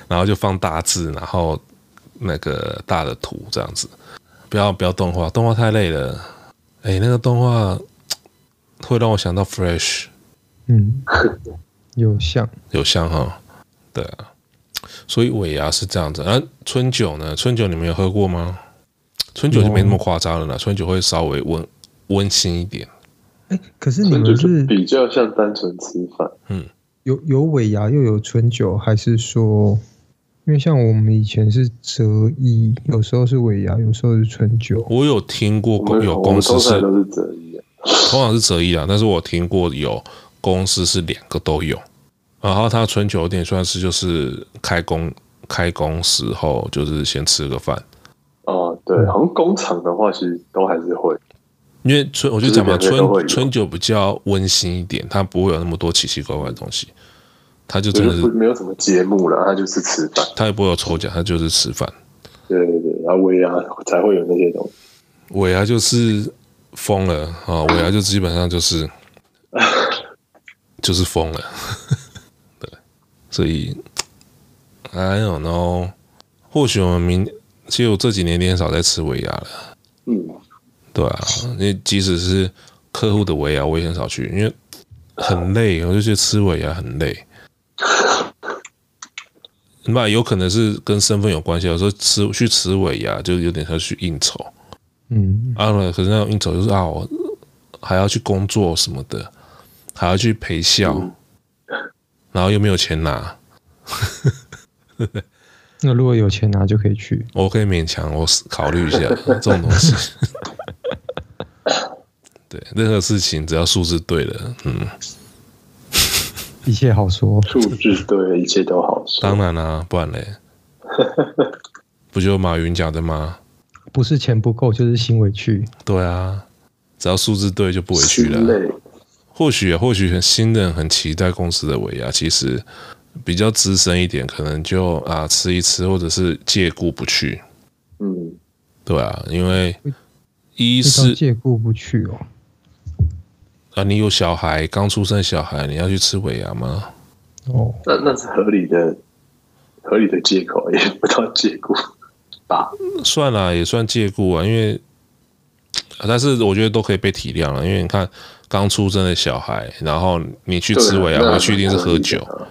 Speaker 1: 然后就放大字，然后那个大的图这样子，不要不要动画，动画太累了。哎，那个动画会让我想到 Fresh。
Speaker 2: 嗯，有像
Speaker 1: 有香哈，对啊，所以尾牙是这样子。啊，春酒呢？春酒你们有喝过吗？春酒就没那么夸张了啦，春酒会稍微温温馨一点。
Speaker 2: 哎、可是
Speaker 3: 所以
Speaker 2: 你
Speaker 3: 就
Speaker 2: 们
Speaker 3: 是
Speaker 2: 是
Speaker 3: 比较像单纯吃饭，
Speaker 2: 有有尾牙又有春酒，还是说，因为像我们以前是择一，有时候是尾牙，有时候是春酒，
Speaker 1: 我有听过
Speaker 3: 我
Speaker 1: 公
Speaker 3: 们
Speaker 1: 有
Speaker 3: 我
Speaker 1: 公
Speaker 3: 们
Speaker 1: 司
Speaker 3: 通
Speaker 1: 是
Speaker 3: 常都是这样，
Speaker 1: 通常是择一啊，但是我听过有公司是两个都有。啊然后他春酒有点算是就是开工开工时候就是先吃个饭，
Speaker 3: 哦，
Speaker 1: 嗯
Speaker 3: 对，好像工厂的话其实都还是会，
Speaker 1: 因为春我就讲嘛，
Speaker 3: 就是两个都会
Speaker 1: 春
Speaker 3: 有
Speaker 1: 春酒比较温馨一点，它不会有那么多奇奇怪怪的东西，它就真
Speaker 3: 就
Speaker 1: 的
Speaker 3: 是
Speaker 1: 是
Speaker 3: 不没有什么节目了，它就是吃饭，
Speaker 1: 他也不会有抽奖，他就是吃饭。
Speaker 3: 对对对，然后尾牙才会有那些东西，
Speaker 1: 尾牙就是疯了啊！尾牙就基本上就是就是疯了，对，所以 I don't know。或许我们明，其实我这几年也很少在吃尾牙了，
Speaker 3: 嗯，
Speaker 1: 对啊，因为即使是客户的尾牙，我也很少去，因为很累，我就觉得吃尾牙很累。那有可能是跟身份有关系，有时候吃去吃尾牙，就有点像去应酬。
Speaker 2: 嗯，
Speaker 1: 啊，可是那种应酬就是啊，我还要去工作什么的，还要去陪笑，然后又没有钱拿，
Speaker 2: 那如果有钱拿就可以去，
Speaker 1: 我可以勉强我思考虑一下这种东西。对，任何事情只要数字对了，嗯，
Speaker 2: 一切好说，
Speaker 3: 数字对一切都好说，
Speaker 1: 当然啦、不然嘞，不就马云讲的吗？
Speaker 2: 不是钱不够就是心委屈，
Speaker 1: 对啊，只要数字对就不委屈
Speaker 3: 心
Speaker 1: 了。
Speaker 3: 累，
Speaker 1: 或许或许很新人很期待公司的尾牙，其实比较资深一点，可能就啊吃一吃，或者是借故不去，
Speaker 3: 嗯，
Speaker 1: 对啊，因为一
Speaker 2: 这
Speaker 1: 是
Speaker 2: 招借故不去哦，
Speaker 1: 啊你有小孩，刚出生小孩，你要去吃尾牙吗？嗯
Speaker 2: 哦，
Speaker 3: 那那是合理的，合理的借口，也不到借口吧，
Speaker 1: 算啦，也算借故啊，因为啊但是我觉得都可以被体谅了，因为你看刚出生的小孩，然后你去吃尾牙，
Speaker 3: 对啊
Speaker 1: 回去一定是喝酒，
Speaker 3: 那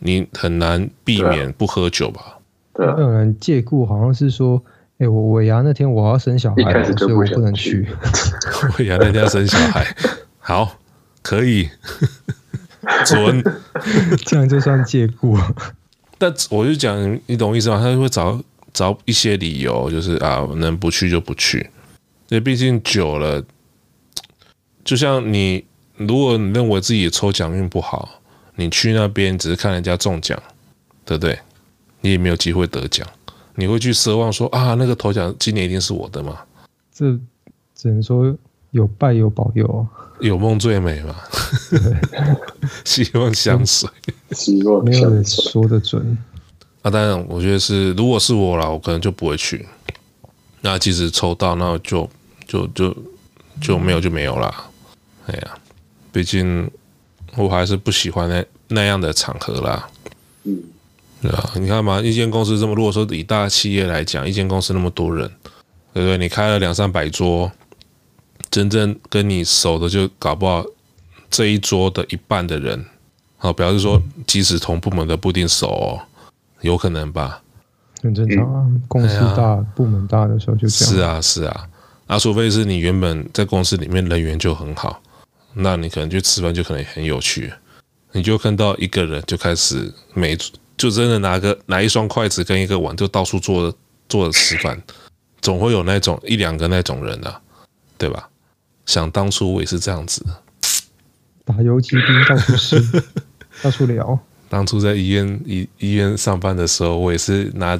Speaker 1: 你很难避免不喝酒吧？
Speaker 3: 对啊
Speaker 2: 那，有人借故好像是说，哎、我尾牙那天我要生小
Speaker 3: 一
Speaker 2: 孩
Speaker 3: 开
Speaker 2: 了，
Speaker 3: 始就
Speaker 2: 所以
Speaker 3: 不
Speaker 2: 我
Speaker 3: 想
Speaker 2: 不能
Speaker 3: 去
Speaker 2: 去，
Speaker 1: 尾牙那天要生小孩，好，可以， 准。
Speaker 2: 这样就算借故，
Speaker 1: 但我就讲，你懂我意思吗？他就会找找一些理由，就是啊，能不去就不去。因为毕竟久了，就像你，如果你认为自己抽奖运不好，你去那边只是看人家中奖，对不对？你也没有机会得奖，你会去奢望说啊，那个头奖今年一定是我的嘛？
Speaker 2: 这只能说有拜有保佑哦，
Speaker 1: 有梦最美嘛， 希望相随。
Speaker 3: 希望
Speaker 2: 没有
Speaker 3: 相
Speaker 2: 人
Speaker 3: 信
Speaker 2: 说得准，
Speaker 1: 那啊当然，我觉得是，如果是我啦，我可能就不会去。那即使抽到，那就就就就没有就没有啦。哎呀，毕竟我还是不喜欢那那样的场合啦，
Speaker 3: 嗯。
Speaker 1: 对吧？你看嘛，一间公司这么，如果说以大企业来讲，一间公司那么多人，对不对？你开了两三百桌，真正跟你熟的，就搞不好这一桌的一半的人，好，表示说，即使同部门的不一定熟、哦，有可能吧？
Speaker 2: 很正常啊。公司大、部门大的时候就这样。
Speaker 1: 哎是啊，是啊，啊，除非是你原本在公司里面人缘就很好，那你可能去吃饭就可能很有趣，你就看到一个人就开始每就真的拿个拿一双筷子跟一个碗就到处坐坐着吃饭，总会有那种一两个那种人啊，对吧？想当初我也是这样子，
Speaker 2: 打游击兵到 处吃，到处聊。
Speaker 1: 当初在医院医医院上班的时候，我也是拿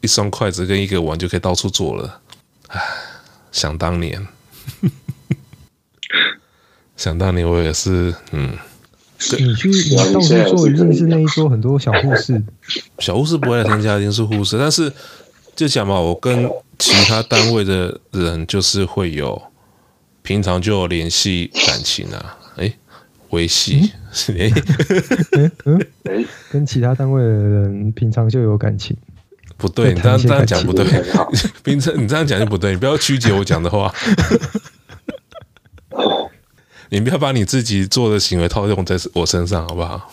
Speaker 1: 一双筷子跟一个碗就可以到处坐了。唉，想当年，想当年我也是，嗯，
Speaker 2: 你去你
Speaker 3: 啊
Speaker 2: 到处做，一定是那一桌很多小护士。
Speaker 1: 小护士不会来参加，一定是护士。但是就讲嘛，我跟其他单位的人就是会有平常就有联系感情啊，诶，维 系。哎、
Speaker 2: 嗯嗯，跟其他单位的人平常就有感情，
Speaker 1: 不对，你这样这样讲不对
Speaker 3: 很好。
Speaker 1: 平常你这样讲就不对，你不要曲解我讲的话。 你不要把你自己做的行为套用在我身上，好不好？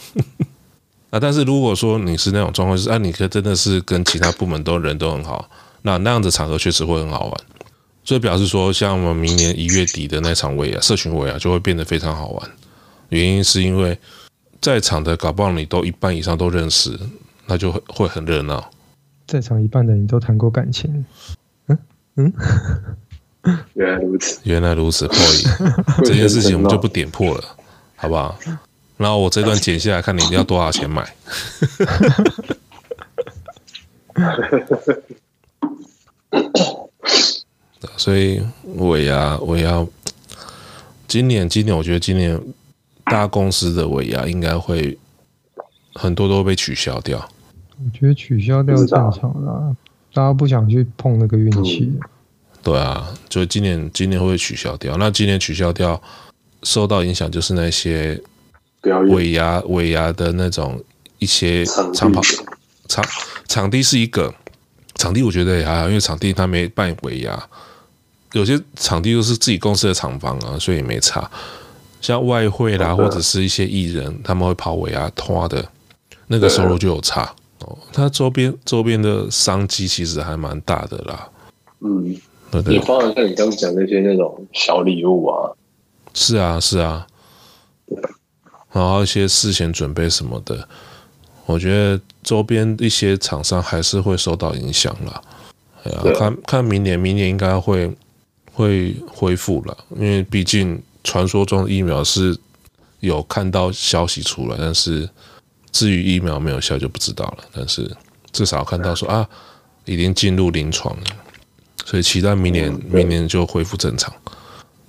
Speaker 1: 啊，但是如果说你是那种状况，就是啊，你可真的是跟其他部门都人都很好，那那样的场合确实会很好玩。所以表示说，像我们明年一月底的那场尾牙，社群尾牙就会变得非常好玩。原因是因为在场的搞不好你都一半以上都认识，那就会会很热闹。
Speaker 2: 在场一半的你都谈过感情，嗯嗯，
Speaker 3: 原来如此，
Speaker 1: 原来如此，破影 这件事情我们就不点破了，好不好？然后我这段剪下来看你要多少钱买。 所以尾牙，尾牙，今年今年我觉得今年。大公司的尾牙应该会很多都被取消掉，
Speaker 2: 我觉得取消掉正常啦，大家不想去碰那个运气。
Speaker 3: 嗯
Speaker 1: 对啊，就今年今年会取消掉。那今年取消掉，受到影响就是那些尾牙尾牙的那种一些长跑场场地是一个场地，我觉得也还好，因为场地他没办尾牙，有些场地都是自己公司的厂房啊，所以没差。像外汇啦，或者是一些艺人，他们会跑尾牙拖的，那个收入就有差哦。它周边周边的商机其实还蛮大的啦。
Speaker 3: 嗯，
Speaker 1: 对
Speaker 3: 也包含像你刚讲那些那种小礼物啊，
Speaker 1: 是啊是啊，然后一些事前准备什么的，我觉得周边一些厂商还是会受到影响啦。哎呀、啊，看看明年，明年应该会会恢复了，因为毕竟。传说中的疫苗是有看到消息出来，但是至于疫苗没有效就不知道了。但是至少看到说啊，已经进入临床了，所以期待明年明年就恢复正常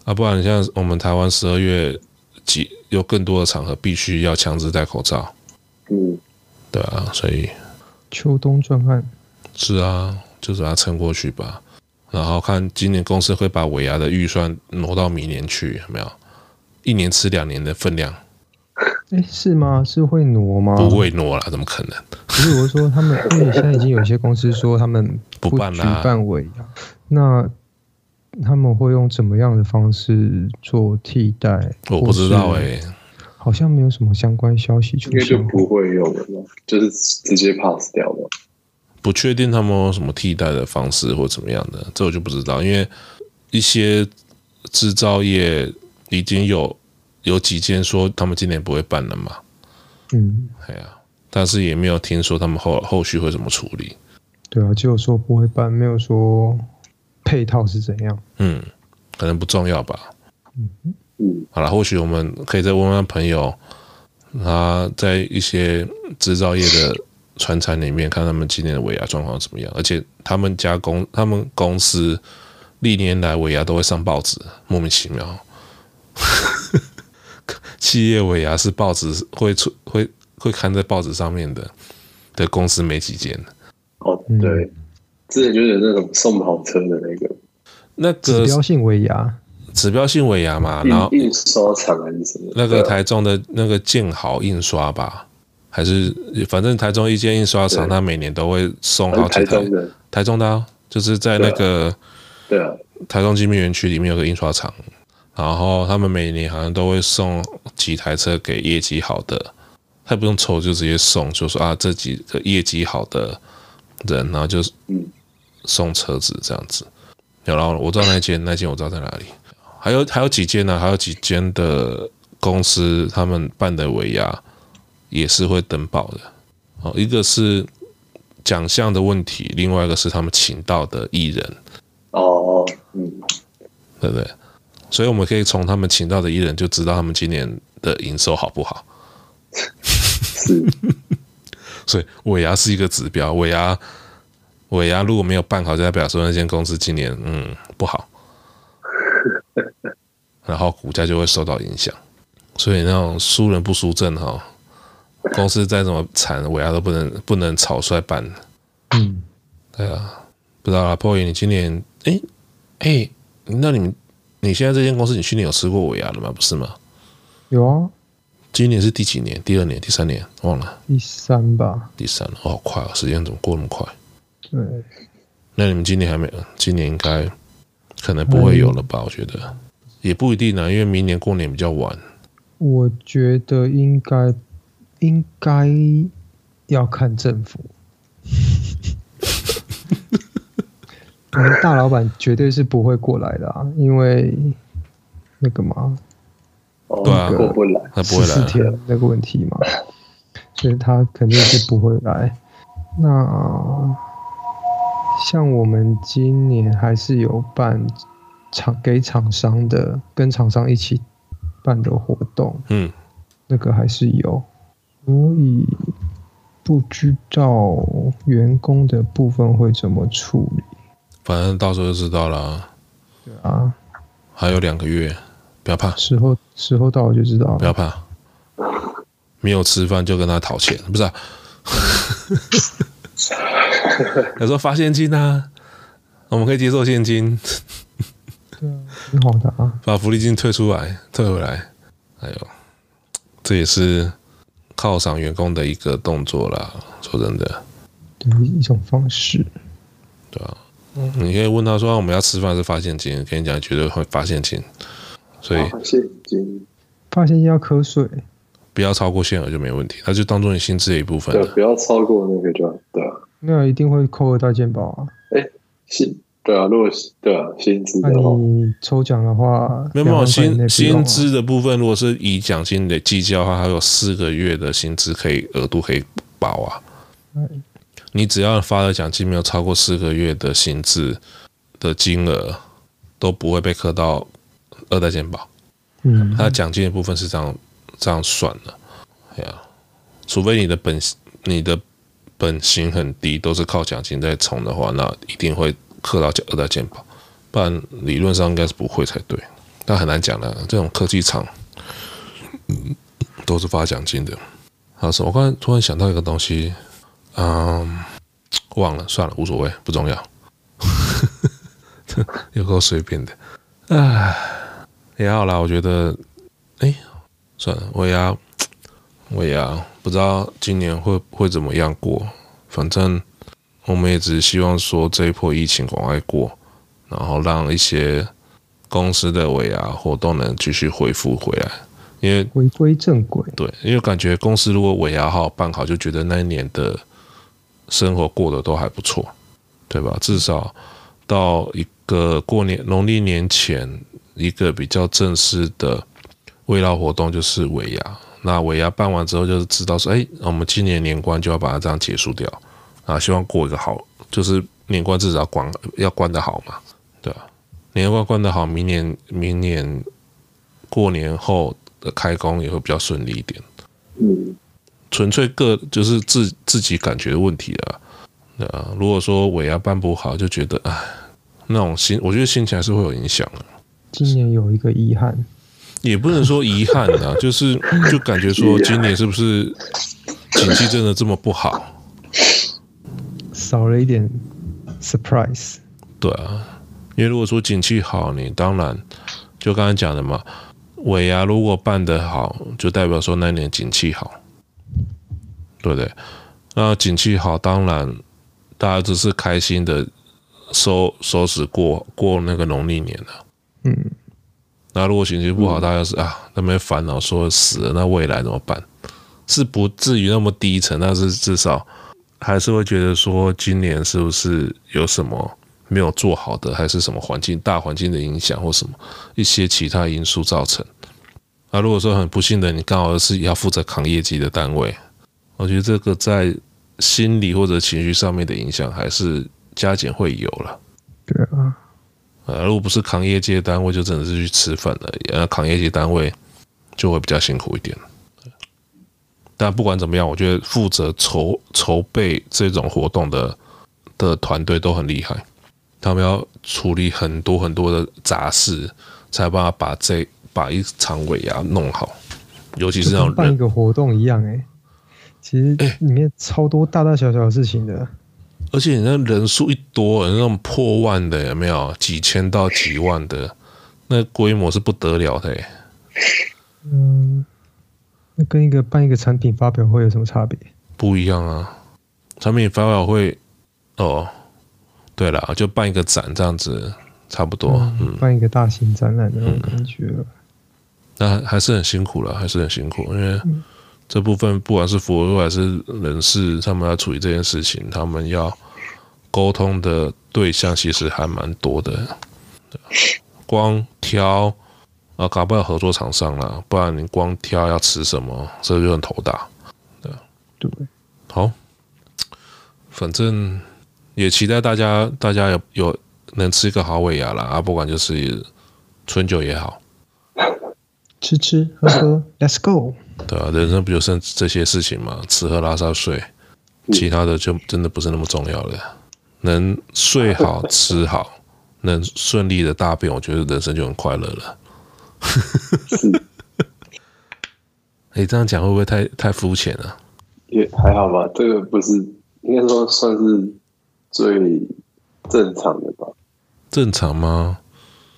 Speaker 1: 啊。不然像我们台湾十二月几有更多的场合必须要强制戴口罩，
Speaker 3: 嗯，
Speaker 1: 对啊，所以
Speaker 2: 秋冬专案
Speaker 1: 是啊，就是把它撑过去吧。然后看今年公司会把尾牙的预算挪到明年去，有没有？一年吃两年的分量？
Speaker 2: 哎，是吗？是会挪吗？
Speaker 1: 不会挪啦，怎么可能？
Speaker 2: 不是我说他们，因为现在已经有些公司说他们
Speaker 1: 不办
Speaker 2: 举办尾牙，那他们会用怎么样的方式做替代？
Speaker 1: 我不知
Speaker 2: 哦
Speaker 1: 道哎、欸，
Speaker 2: 好像没有什么相关消息出
Speaker 3: 因为就
Speaker 2: 现。
Speaker 3: 不会用了嘛，就是直接 pass 掉了。
Speaker 1: 不确定他们有什么替代的方式或怎么样的，这我就不知道，因为一些制造业已经有有几间说他们今年不会办了嘛，
Speaker 2: 嗯，
Speaker 1: 哎呀、但是也没有听说他们后后续会怎么处理。
Speaker 2: 对啊，只有说不会办，没有说配套是怎样。
Speaker 1: 嗯，可能不重要吧。
Speaker 3: 嗯，
Speaker 1: 好了，或许我们可以再问问朋友，他在一些制造业的船产里面，看他们今年的尾牙状况怎么样。而且他们家公，他们公司历年来尾牙都会上报纸，莫名其妙。 企业尾牙是报纸会出会会刊在报纸上面的的公司没几间，
Speaker 3: 哦，
Speaker 1: 嗯
Speaker 3: 对，之前就有那种送跑车的那个
Speaker 1: 那
Speaker 2: 指
Speaker 1: 个
Speaker 2: 标性嗯尾牙，
Speaker 1: 指标性尾牙嘛，啊然后
Speaker 3: 印印刷厂还是什么？啊
Speaker 1: 那个台中的那个建豪印刷吧，还是反正台中一间印刷厂，
Speaker 3: 对
Speaker 1: 它每年都会送
Speaker 3: 对啊
Speaker 1: 好
Speaker 3: 台
Speaker 1: 几台
Speaker 3: 中的，
Speaker 1: 台中的、啊，就是在那个
Speaker 3: 对啊，
Speaker 1: 台中精密园区里面有个印刷厂，然后他们每年好像都会送几台车给业绩好的，他也不用抽就直接送，就说啊这几个业绩好的人，然后就是
Speaker 3: 嗯
Speaker 1: 送车子这样子。有然后我知道那一间，那一间我知道在哪里。还有还有几间呢、还有几间的公司，他们办的尾牙也是会登报的。哦，一个是奖项的问题，另外一个是他们请到的艺人，
Speaker 3: 哦，嗯，
Speaker 1: 对不对？所以我们可以从他们请到的艺人就知道他们今年的营收好不好。
Speaker 3: 是，
Speaker 1: 所以尾牙是一个指标，尾牙尾牙如果没有办好，就代表说那间公司今年嗯不好，然后股价就会受到影响。所以那种输人不输阵哈，公司再怎么惨，尾牙都不能不能草率办。
Speaker 2: 嗯，
Speaker 1: 对啊，不知道啦，boy，你今年诶诶，那你们你现在这间公司，你去年有吃过尾牙了吗？不是吗？
Speaker 2: 有啊，
Speaker 1: 今年是第几年？第二年、第三年？忘了，
Speaker 2: 第三吧，
Speaker 1: 第三了。哦，好快哦，时间怎么过那么快？
Speaker 2: 对，
Speaker 1: 那你们今年还没？今年应该可能不会有了吧？我觉得也不一定啊，因为明年过年比较晚。
Speaker 2: 我觉得应该应该要看政府。我们大老板绝对是不会过来的啊，因为那个嘛，
Speaker 3: 哦
Speaker 1: 对啊，
Speaker 3: 过不来，
Speaker 1: 他不
Speaker 2: 十
Speaker 1: 会
Speaker 2: 四
Speaker 1: 来，
Speaker 2: 天那个问题嘛，所以他肯定是不会来。那像我们今年还是有办厂给厂商的，跟厂商一起办的活动，
Speaker 1: 嗯，
Speaker 2: 那个还是有，所以不知道员工的部分会怎么处理
Speaker 1: 反正到时候就知道了。
Speaker 2: 啊？
Speaker 1: 还有两个月，不要怕，
Speaker 2: 时候时候到了就知道
Speaker 1: 不
Speaker 2: 了。
Speaker 1: 要怕，没有吃饭就跟他讨钱，不是、啊？他说发现金啊，我们可以接受现金，
Speaker 2: 对啊，挺好的啊。
Speaker 1: 把福利金退出来，退回来。哎呦，这也是犒赏员工的一个动作啦。说真的，
Speaker 2: 对，一种方式。
Speaker 1: 对啊，你可以问他说、啊我们要吃饭还是发现金，跟你讲绝对会发现金，所以
Speaker 3: 好啊现金，
Speaker 2: 发现要瞌睡，
Speaker 1: 不要超过限额就没问题，他就当做你薪资的一部分
Speaker 3: 对，
Speaker 1: 了。
Speaker 3: 不要超过那个就好对啊，
Speaker 2: 那一定会扣二代健保啊。
Speaker 3: 薪，对啊，如果是对啊，薪资
Speaker 2: 那
Speaker 3: 的话，
Speaker 2: 你抽奖的话，
Speaker 1: 没有没有
Speaker 2: 200块以内
Speaker 1: 薪
Speaker 2: 不用
Speaker 1: 薪
Speaker 2: 啊
Speaker 1: 资的部分，如果是以奖金的计较的话，还有四个月的薪资可以额度可以保啊
Speaker 2: 嗯。
Speaker 1: 你只要发的奖金没有超过四个月的薪资的金额，都不会被刻到二代健保。
Speaker 2: 嗯，
Speaker 1: 它奖金的部分是这样这样算的，哎呀、除非你的本你的本薪很低，都是靠奖金在冲的话，那一定会克到二代健保，不然理论上应该是不会才对。但很难讲的，这种科技厂、嗯都是发奖金的。还有什么？我刚才突然想到一个东西，嗯，忘了，算了，无所谓，不重要。 有够随便的，唉。也好啦，我觉得，哎、算了，我也要，我也要，不知道今年会会怎么样过。反正我们也只是希望说这一波疫情赶快过，然后让一些公司的尾牙活动能继续恢复回来。因为
Speaker 2: 回归正轨。
Speaker 1: 对，因为感觉公司如果尾牙好好办好，就觉得那一年的生活过得都还不错，对吧？至少到一个过年农历年前，一个比较正式的慰劳活动就是尾牙。那尾牙办完之后，就是知道说，哎，我们今年年关就要把它这样结束掉啊，希望过一个好，就是年关至少关要关得好嘛，对吧、年关关得好，明年明年过年后的开工也会比较顺利一点。
Speaker 3: 嗯，
Speaker 1: 纯粹个就是自自己感觉的问题啊。对啊，如果说尾牙办不好，就觉得唉，那种心，我觉得心情还是会有影响的。
Speaker 2: 今年有一个遗憾，
Speaker 1: 也不能说遗憾啊，就是就感觉说今年是不是景气真的这么不好？
Speaker 2: 少了一点 surprise。
Speaker 1: 对啊，因为如果说景气好，你当然就刚才讲的嘛，尾牙如果办得好，就代表说那一年景气好，对不对？那景气好，当然大家只是开心的收收拾过过那个农历年了、啊
Speaker 2: 嗯，
Speaker 1: 那如果景气不好，大家就是啊那边烦恼说死了，那未来怎么办？是不至于那么低沉，但是至少还是会觉得说今年是不是有什么没有做好的，还是什么环境大环境的影响或什么一些其他因素造成。啊，如果说很不幸的，你刚好是要负责扛业绩的单位，我觉得这个在心理或者情绪上面的影响还是加减会有了。
Speaker 2: 对啊，
Speaker 1: 呃，如果不是扛业绩的单位，就真的是去吃饭了；，呃，扛业绩单位就会比较辛苦一点。但不管怎么样，我觉得负责筹筹备这种活动的的团队都很厉害，他们要处理很多很多的杂事，才把把这把一场尾牙弄好。尤其是啊那种
Speaker 2: 办一个活动一样、欸，哎，其实里面超多大大小小的事情的。
Speaker 1: 而且你那人数一多，那种破万的有没有？几千到几万的，那规模是不得了的、欸。
Speaker 2: 嗯。那跟一个办一个产品发表会有什么差别？
Speaker 1: 不一样啊！产品发表会，哦，对了，就办一个展这样子，差不多。嗯，
Speaker 2: 办一个大型展览那种感觉、嗯。
Speaker 1: 那还是很辛苦了，还是很辛苦，因为这部分不管是服务还是人事，他们要处理这件事情，他们要沟通的对象其实还蛮多的。光挑。啊，搞不了合作厂商了，不然你光挑要吃什么，这就很头大，对
Speaker 2: 对，
Speaker 1: 好，反正也期待大家，大家有有能吃一个好尾牙啦，啊，不管就是春酒也好，
Speaker 2: 吃吃喝 喝，Let's go，
Speaker 1: 对啊，人生不就剩这些事情嘛，吃喝拉撒睡，其他的就真的不是那么重要了，能睡好吃好，能顺利的大便，我觉得人生就很快乐了。 哎欸，这样讲会不会太太肤浅啊了？
Speaker 3: 也还好吧，这个不是应该说算是最正常的吧？
Speaker 1: 正常吗？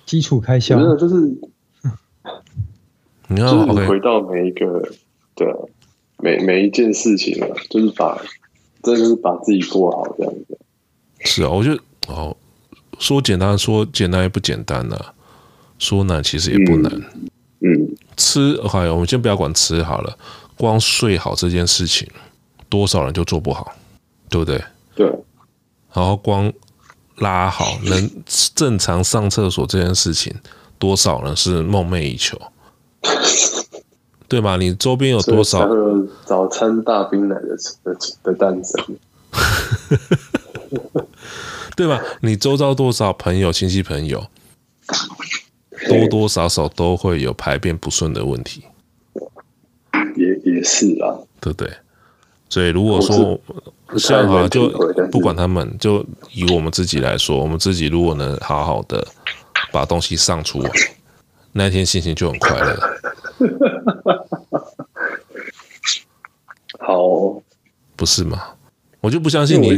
Speaker 2: 基础开销
Speaker 3: 没有，就是
Speaker 1: 你要
Speaker 3: 回到每一个对、啊、每每一件事情啊，就是把这就是把自己过好这样子。
Speaker 1: 是啊，我觉得哦，说简单说简单也不简单呢、啊。说难其实也不难，
Speaker 3: 嗯，嗯
Speaker 1: 吃好，我们先不要管吃好了，光睡好这件事情，多少人就做不好，对不对？
Speaker 3: 对。
Speaker 1: 然后光拉 好，能正常上厕所这件事情，多少人是梦寐以求，对吗？你周边有多少？
Speaker 3: 有早餐大冰奶的的的诞生，
Speaker 1: 对吧？你周遭多少朋友、亲戚朋友？多多少少都会有排便不顺的问题，
Speaker 3: 也也是啊，
Speaker 1: 对不对？所以如果说像啊，就不管他们，就以我们自己来说，我们自己如果能好好的把东西上出来，那天心情就很快乐。
Speaker 3: 好、哦，
Speaker 1: 不是吗？我就不相信你。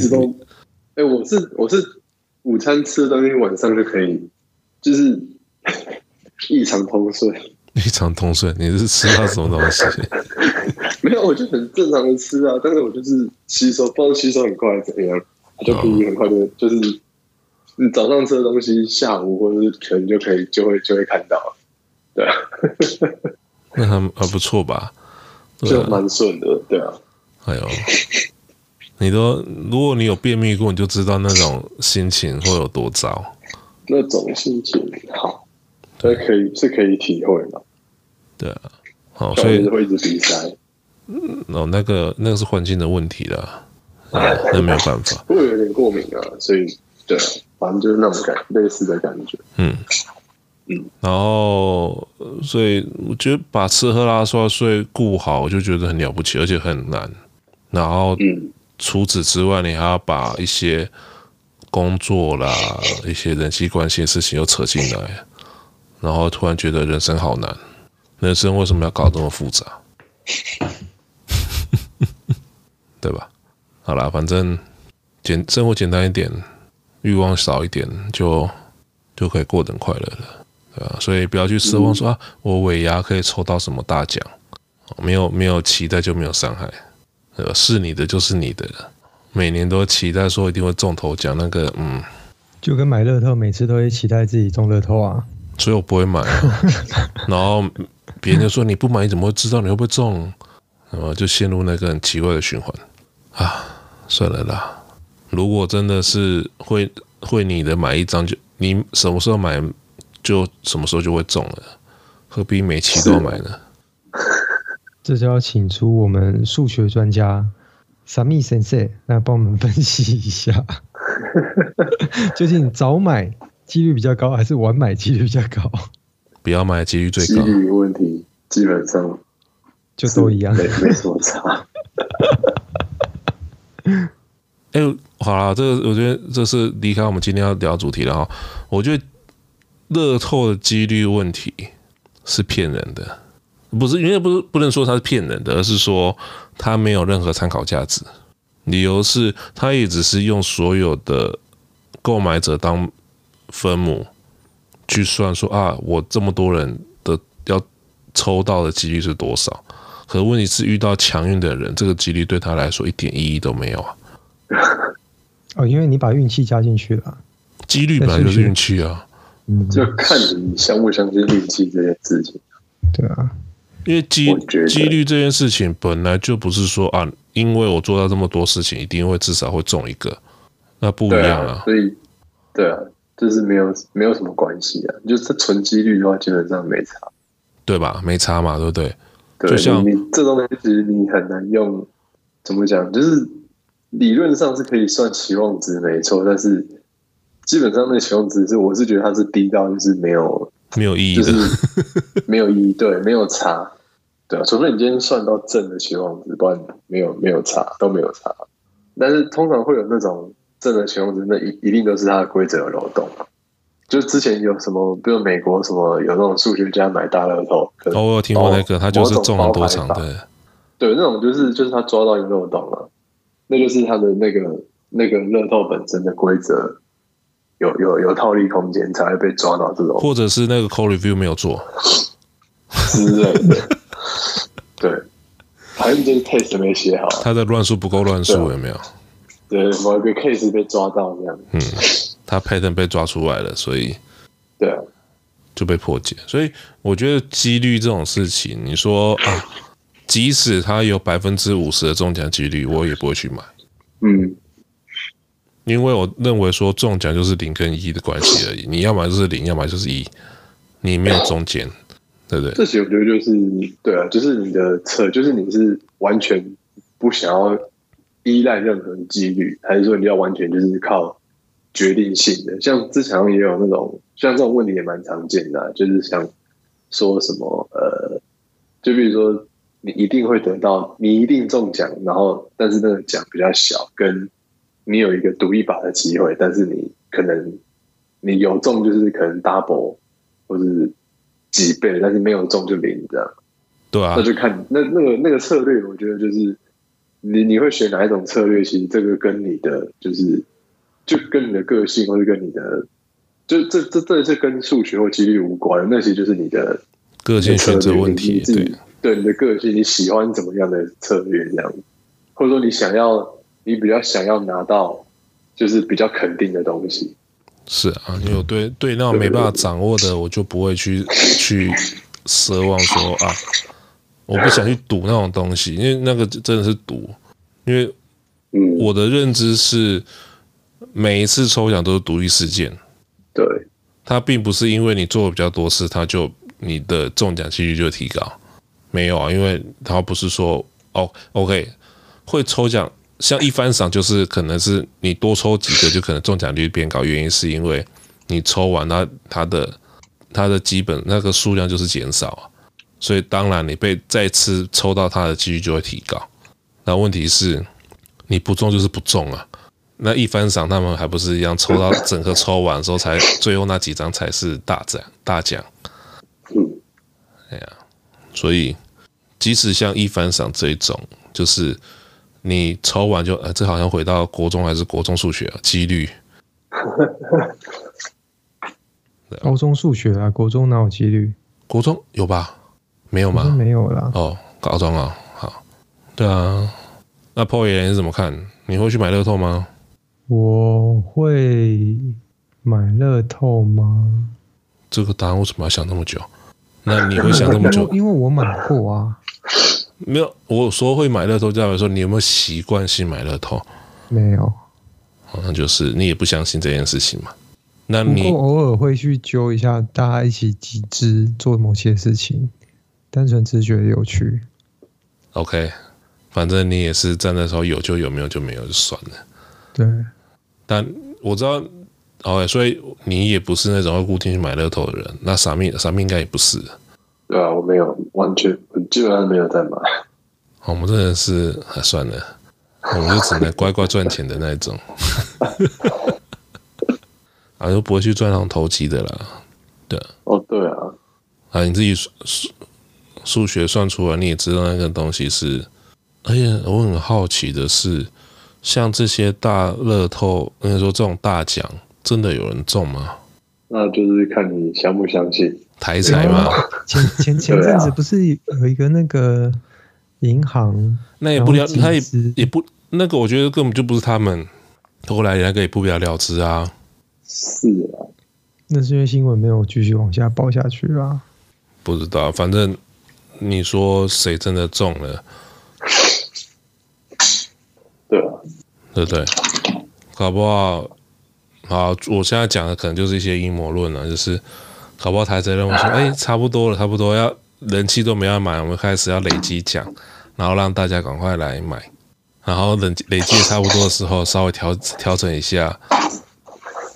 Speaker 3: 哎、欸，我是我是午餐吃的东西，晚上就可以，就是。 异常通顺，
Speaker 1: 异常通顺，你是吃到什么东 西？
Speaker 3: 没有，我就很正常的吃啊，但是我就是吸收，不知道吸收很快怎样，就可以很快就就是你早上吃的东西，下午或者是可能就可以就会就会看到，对啊，
Speaker 1: 那还还不错吧？
Speaker 3: 啊、就蛮顺的，对啊。
Speaker 1: 哎呦，你都如果你有便秘过，你就知道那种心情会有多糟。
Speaker 3: 那种心情好。这可以是可以体会的，
Speaker 1: 对啊，好，所以
Speaker 3: 会一直鼻塞。
Speaker 1: 嗯，哦，那个那个是环境的问题啦，哎、嗯，那没有办法。
Speaker 3: 我有点过敏啊，所以对、啊，反正就是那种感类似的感觉。
Speaker 1: 嗯
Speaker 3: 嗯，
Speaker 1: 然后所以我觉得把吃喝拉撒睡顾好，我就觉得很了不起，而且很难。然后，
Speaker 3: 嗯，
Speaker 1: 除此之外，你还要把一些工作啦、一些人际关系的事情又扯进来。然后突然觉得人生好难，人生为什么要搞这么复杂？ 对吧？好啦，反正简生活简单一点，欲望少一点，就就可以过得很快乐了，对吧？所以不要去奢望说、嗯、啊，我尾牙可以抽到什么大奖，没有没有期待就没有伤害，对吧？是你的就是你的，每年都期待说一定会中头奖，那个嗯，
Speaker 2: 就跟买乐透，每次都会期待自己中乐透啊。
Speaker 1: 所以我不会买、啊，然后别人说你不买，你怎么会知道你会不会中？然后就陷入那个很奇怪的循环啊！算了啦。如果真的是会会你的买一张就你什么时候买就什么时候就会中了，何必每期都买呢？
Speaker 2: 这就要请出我们数学专家萨米先生来帮我们分析一下， 究竟早买几率比较高还是晚买几率比较高？
Speaker 1: 不要买的几率最
Speaker 3: 几
Speaker 1: 高。
Speaker 3: 率问题基本上
Speaker 2: 就都一样
Speaker 3: 没。没什么差。
Speaker 1: 哎、好啦，这个我觉得这是离开我们今天要聊主题了哈。我觉得乐透的几率问题是骗人的，不是因为不是不能说它是骗人的，而是说它没有任何参考价值。理由是它也只是用所有的购买者当分母去算说啊，我这么多人的要抽到的几率是多少？可问题是遇到强运的人，这个几率对他来说一点意义都没有啊。
Speaker 2: 哦，因为你把运气加进去了。
Speaker 1: 几率本来就是运气啊，
Speaker 2: 嗯，
Speaker 3: 就看你相不相信运气这件事情。
Speaker 2: 对啊，
Speaker 1: 因为几
Speaker 3: 我觉得
Speaker 1: 几率这件事情本来就不是说啊，因为我做到这么多事情，一定会至少会中一个，那不一
Speaker 3: 对
Speaker 1: 样
Speaker 3: 啊，
Speaker 1: 啊。
Speaker 3: 所以对啊，就是没有没有什么关系啊。就是纯几率的话，基本上没差。啊
Speaker 1: 对吧？没差嘛，对不对？
Speaker 3: 对，
Speaker 1: 就像
Speaker 3: 你你这东西，其实你很难用怎么讲，就是理论上是可以算期望值没错，但是基本上那个期望值是，我是觉得它是低到就是没有，
Speaker 1: 没有意义
Speaker 3: 就
Speaker 1: 的，
Speaker 3: 是 没有意义，对，没有差，对啊，除非你今天算到正的期望值，不然没有没有差都没有差。但是通常会有那种正的期望值，那一一定都是它的规则有漏洞。就之前有什么，比如美国什么有那种数学家买大乐透，可能
Speaker 1: 哦，我有听过那个，
Speaker 3: 哦
Speaker 1: 他就是中很多场
Speaker 3: 某种
Speaker 1: 的，
Speaker 3: 对，那种就是就是他抓到一个漏洞了，那就是他的那个那个乐透本身的规则有有有套利空间才会被抓到这种
Speaker 1: 或者是那个 call review 没有做，
Speaker 3: 之类的。对，反正就是 test 没写好，
Speaker 1: 他的乱数不够乱数，
Speaker 3: 对啊
Speaker 1: 有没有？
Speaker 3: 对，某一个 case 被抓到这样，
Speaker 1: 嗯，他 pattern 被抓出来了，所以
Speaker 3: 对啊，
Speaker 1: 就被破解。所以我觉得几率这种事情，你说啊，即使他有百分之五十的中奖几率，我也不会去买。
Speaker 3: 嗯，
Speaker 1: 因为我认为说中奖就是零跟一的关系而已，你要么就是零，要么就是一，你没有中间，对不对？
Speaker 3: 这些我觉得就是对啊，就是你的策，就是你是完全不想要依赖任何几率，还是说你要完全就是靠决定性的？像之前好像也有那种，像这种问题也蛮常见的啊、就是像说什么呃，就比如说你一定会得到，你一定中奖，然后但是那个奖比较小，跟你有一个赌一把的机会，但是你可能你有中就是可能 double 或是几倍，但是没有中就零这样。
Speaker 1: 对啊
Speaker 3: 那，就看那那个那个策略，我觉得就是你你会选哪一种策略，其实这个跟你的就是就跟你的个性，或者跟你的就这这这这跟数学或几率无关，那些就是你的
Speaker 1: 个性选择问题，
Speaker 3: 你自己
Speaker 1: 对，
Speaker 3: 对你的个性，你喜欢怎么样的策略这样，或者说你想要你比较想要拿到就是比较肯定的东西，
Speaker 1: 是啊，因为我对对那种没办法掌握的，我就不会去去奢望说啊，我不想去赌那种东西，因为那个真的是赌，因为
Speaker 3: 嗯，
Speaker 1: 我的认知是每一次抽奖都是独立事件，
Speaker 3: 对
Speaker 1: 它并不是因为你做的比较多事，它就你的中奖几率就提高。没有啊，因为它不是说哦，OK，会抽奖，像一番赏就是可能是你多抽几个，就可能中奖率变高。原因是因为你抽完它它的它的基本那个数量就是减少啊，所以当然你被再次抽到它的几率就会提高。那问题是你不中就是不中啊，那一番赏他们还不是一样抽到整个抽完之后才最后那几张才是大奖大奖，
Speaker 3: 嗯，
Speaker 1: 哎呀，所以即使像一番赏这一种，就是你抽完就呃，这好像回到国中还是国中数学啊几率，
Speaker 2: 高中数学啊，国中哪有几率？
Speaker 1: 国中有吧？没有
Speaker 2: 国中
Speaker 1: 吗？
Speaker 2: 没有啦。
Speaker 1: 哦，高中啊，好，对啊，那 p o 爷你怎么看？你会去买乐透吗？
Speaker 2: 我会买乐透吗？
Speaker 1: 这个答案为什么要想那么久？那你会想那么久
Speaker 2: 因 为？因为我买过啊。
Speaker 1: 没有，我说会买乐透，代表说你有没有习惯性买乐透？
Speaker 2: 没有。
Speaker 1: 好像就是你也不相信这件事情嘛？那
Speaker 2: 不
Speaker 1: 你
Speaker 2: 过偶尔会去揪一下，大家一起集资做某些事情，单纯只是觉得有趣。
Speaker 1: OK，反正你也是站在说有就有，没有就没有就算了。
Speaker 2: 对，
Speaker 1: 但我知道，OK，所以你也不是那种会固定去买乐透的人。那傻命，傻命应该也不是。
Speaker 3: 对啊，我没有，完全基本上没有在 买。
Speaker 1: 哦我们真的是，啊、算了，我们就只能乖乖赚钱的那一种， 啊，就不会去赚那种投机的啦。
Speaker 3: 哦，对啊，
Speaker 1: 啊，你自己数数数学算出来，你也知道那个东西是。而且我很好奇的是，像这些大乐透，应该说这种大奖，真的有人中吗？
Speaker 3: 那就是看你相不相信。
Speaker 1: 台彩吗？
Speaker 2: 前前前
Speaker 3: 对啊
Speaker 2: 阵子不是有一个那个银行，
Speaker 1: 那也不了，
Speaker 2: 然后集
Speaker 1: 他也
Speaker 2: 资
Speaker 1: 也不那个，我觉得根本就不是他们。后来那个也不了了之啊。
Speaker 3: 是啊，
Speaker 2: 那是因为新闻没有继续往下报下去啊啦。
Speaker 1: 不知道，反正你说谁真的中了，
Speaker 3: 对啊，
Speaker 1: 对不对？搞不好，好，我现在讲的可能就是一些阴谋论了，啊就是搞不好台词认为说，哎、差不多了，差不多要人气都没要买，我们开始要累积奖，然后让大家赶快来买，然后累累积得差不多的时候，稍微调调整一下，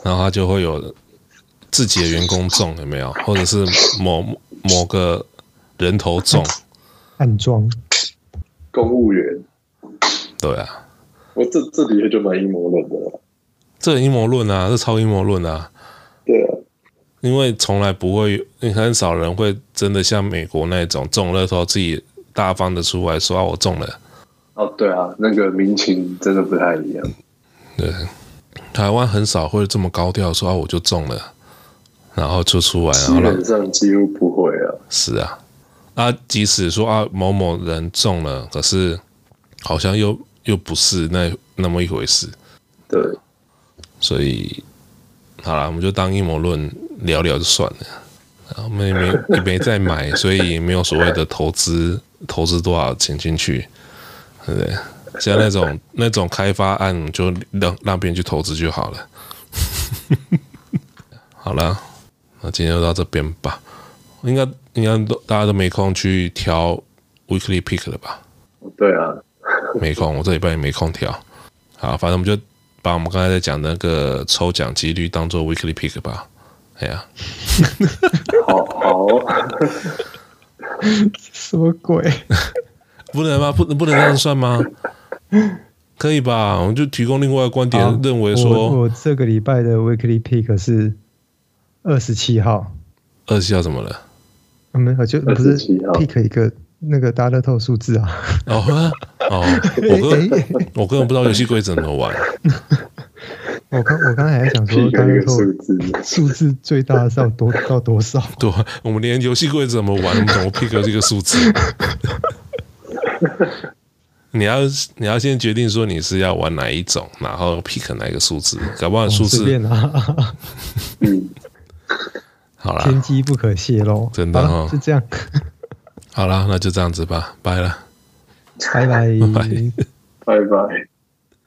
Speaker 1: 然后他就会有自己的员工中有没有，或者是某某个人头中，
Speaker 2: 暗装，
Speaker 3: 公务员，
Speaker 1: 对啊。
Speaker 3: 我这这里也就蛮阴谋论的啦。
Speaker 1: 这很阴谋论啊，这超阴谋论啊，
Speaker 3: 对啊，
Speaker 1: 因为从来不会，很少人会真的像美国那种中乐透自己大方的出来说、啊、我中了。
Speaker 3: 哦，对啊，那个民情真的不太一样。
Speaker 1: 对，台湾很少会这么高调说、啊、我就中了，然后就出来，然
Speaker 3: 基
Speaker 1: 后让
Speaker 3: 本上几乎不会啊。
Speaker 1: 是啊，啊，即使说啊某某人中了，可是好像又又不是那那么一回事，
Speaker 3: 对，
Speaker 1: 所以好啦，我们就当阴谋论聊聊就算了。啊我们也没也没再买，所以也没有所谓的投资，投资多少钱进去，对不对？像那种那种开发案，我们就让让别人去投资就好了。好啦，那今天就到这边吧。应该应该都大家都没空去调 weekly pick 了吧？
Speaker 3: 对啊，
Speaker 1: 没空，我这礼拜也没空调。好，反正我们就把我们刚才在讲那个抽奖几率当做 weekly pick 吧。哎呀，
Speaker 3: 好好，
Speaker 2: 什么 鬼？
Speaker 1: 不能吗？不能不能这样算吗？ 可以吧？我们就提供另外的观点
Speaker 2: 好，
Speaker 1: 认为说
Speaker 2: 我我这个礼拜的 weekly pick 是二十七号，
Speaker 1: 二十号怎么了？
Speaker 2: 啊没有就不是
Speaker 3: 27号
Speaker 2: pick 一个那个大乐透数字啊。
Speaker 1: 哦呵哦，我根我根本不知道游戏规则怎么玩。
Speaker 2: 我刚我刚才还 想
Speaker 3: 屁
Speaker 2: 说
Speaker 3: 股
Speaker 2: 大
Speaker 3: 一
Speaker 2: 乐
Speaker 3: 个
Speaker 2: 透
Speaker 3: 数字，
Speaker 2: 数字最大是要多到多少？
Speaker 1: 对，我们连游戏规则怎么玩，我们怎么 pick 这个数字？ 你要你要先决定说你是要玩哪一种，然后 pick 哪一个数字，搞不好 数
Speaker 2: 哦随
Speaker 1: 字、
Speaker 2: 便 啊，
Speaker 3: 嗯，
Speaker 1: 好
Speaker 2: 天
Speaker 1: 啦，
Speaker 2: 机不可泄露。
Speaker 1: 真的
Speaker 2: 好了
Speaker 1: 哦
Speaker 2: 就这样，
Speaker 1: 好啦，那就这样子吧，拜了。
Speaker 2: 拜拜。
Speaker 1: 拜
Speaker 3: 拜拜。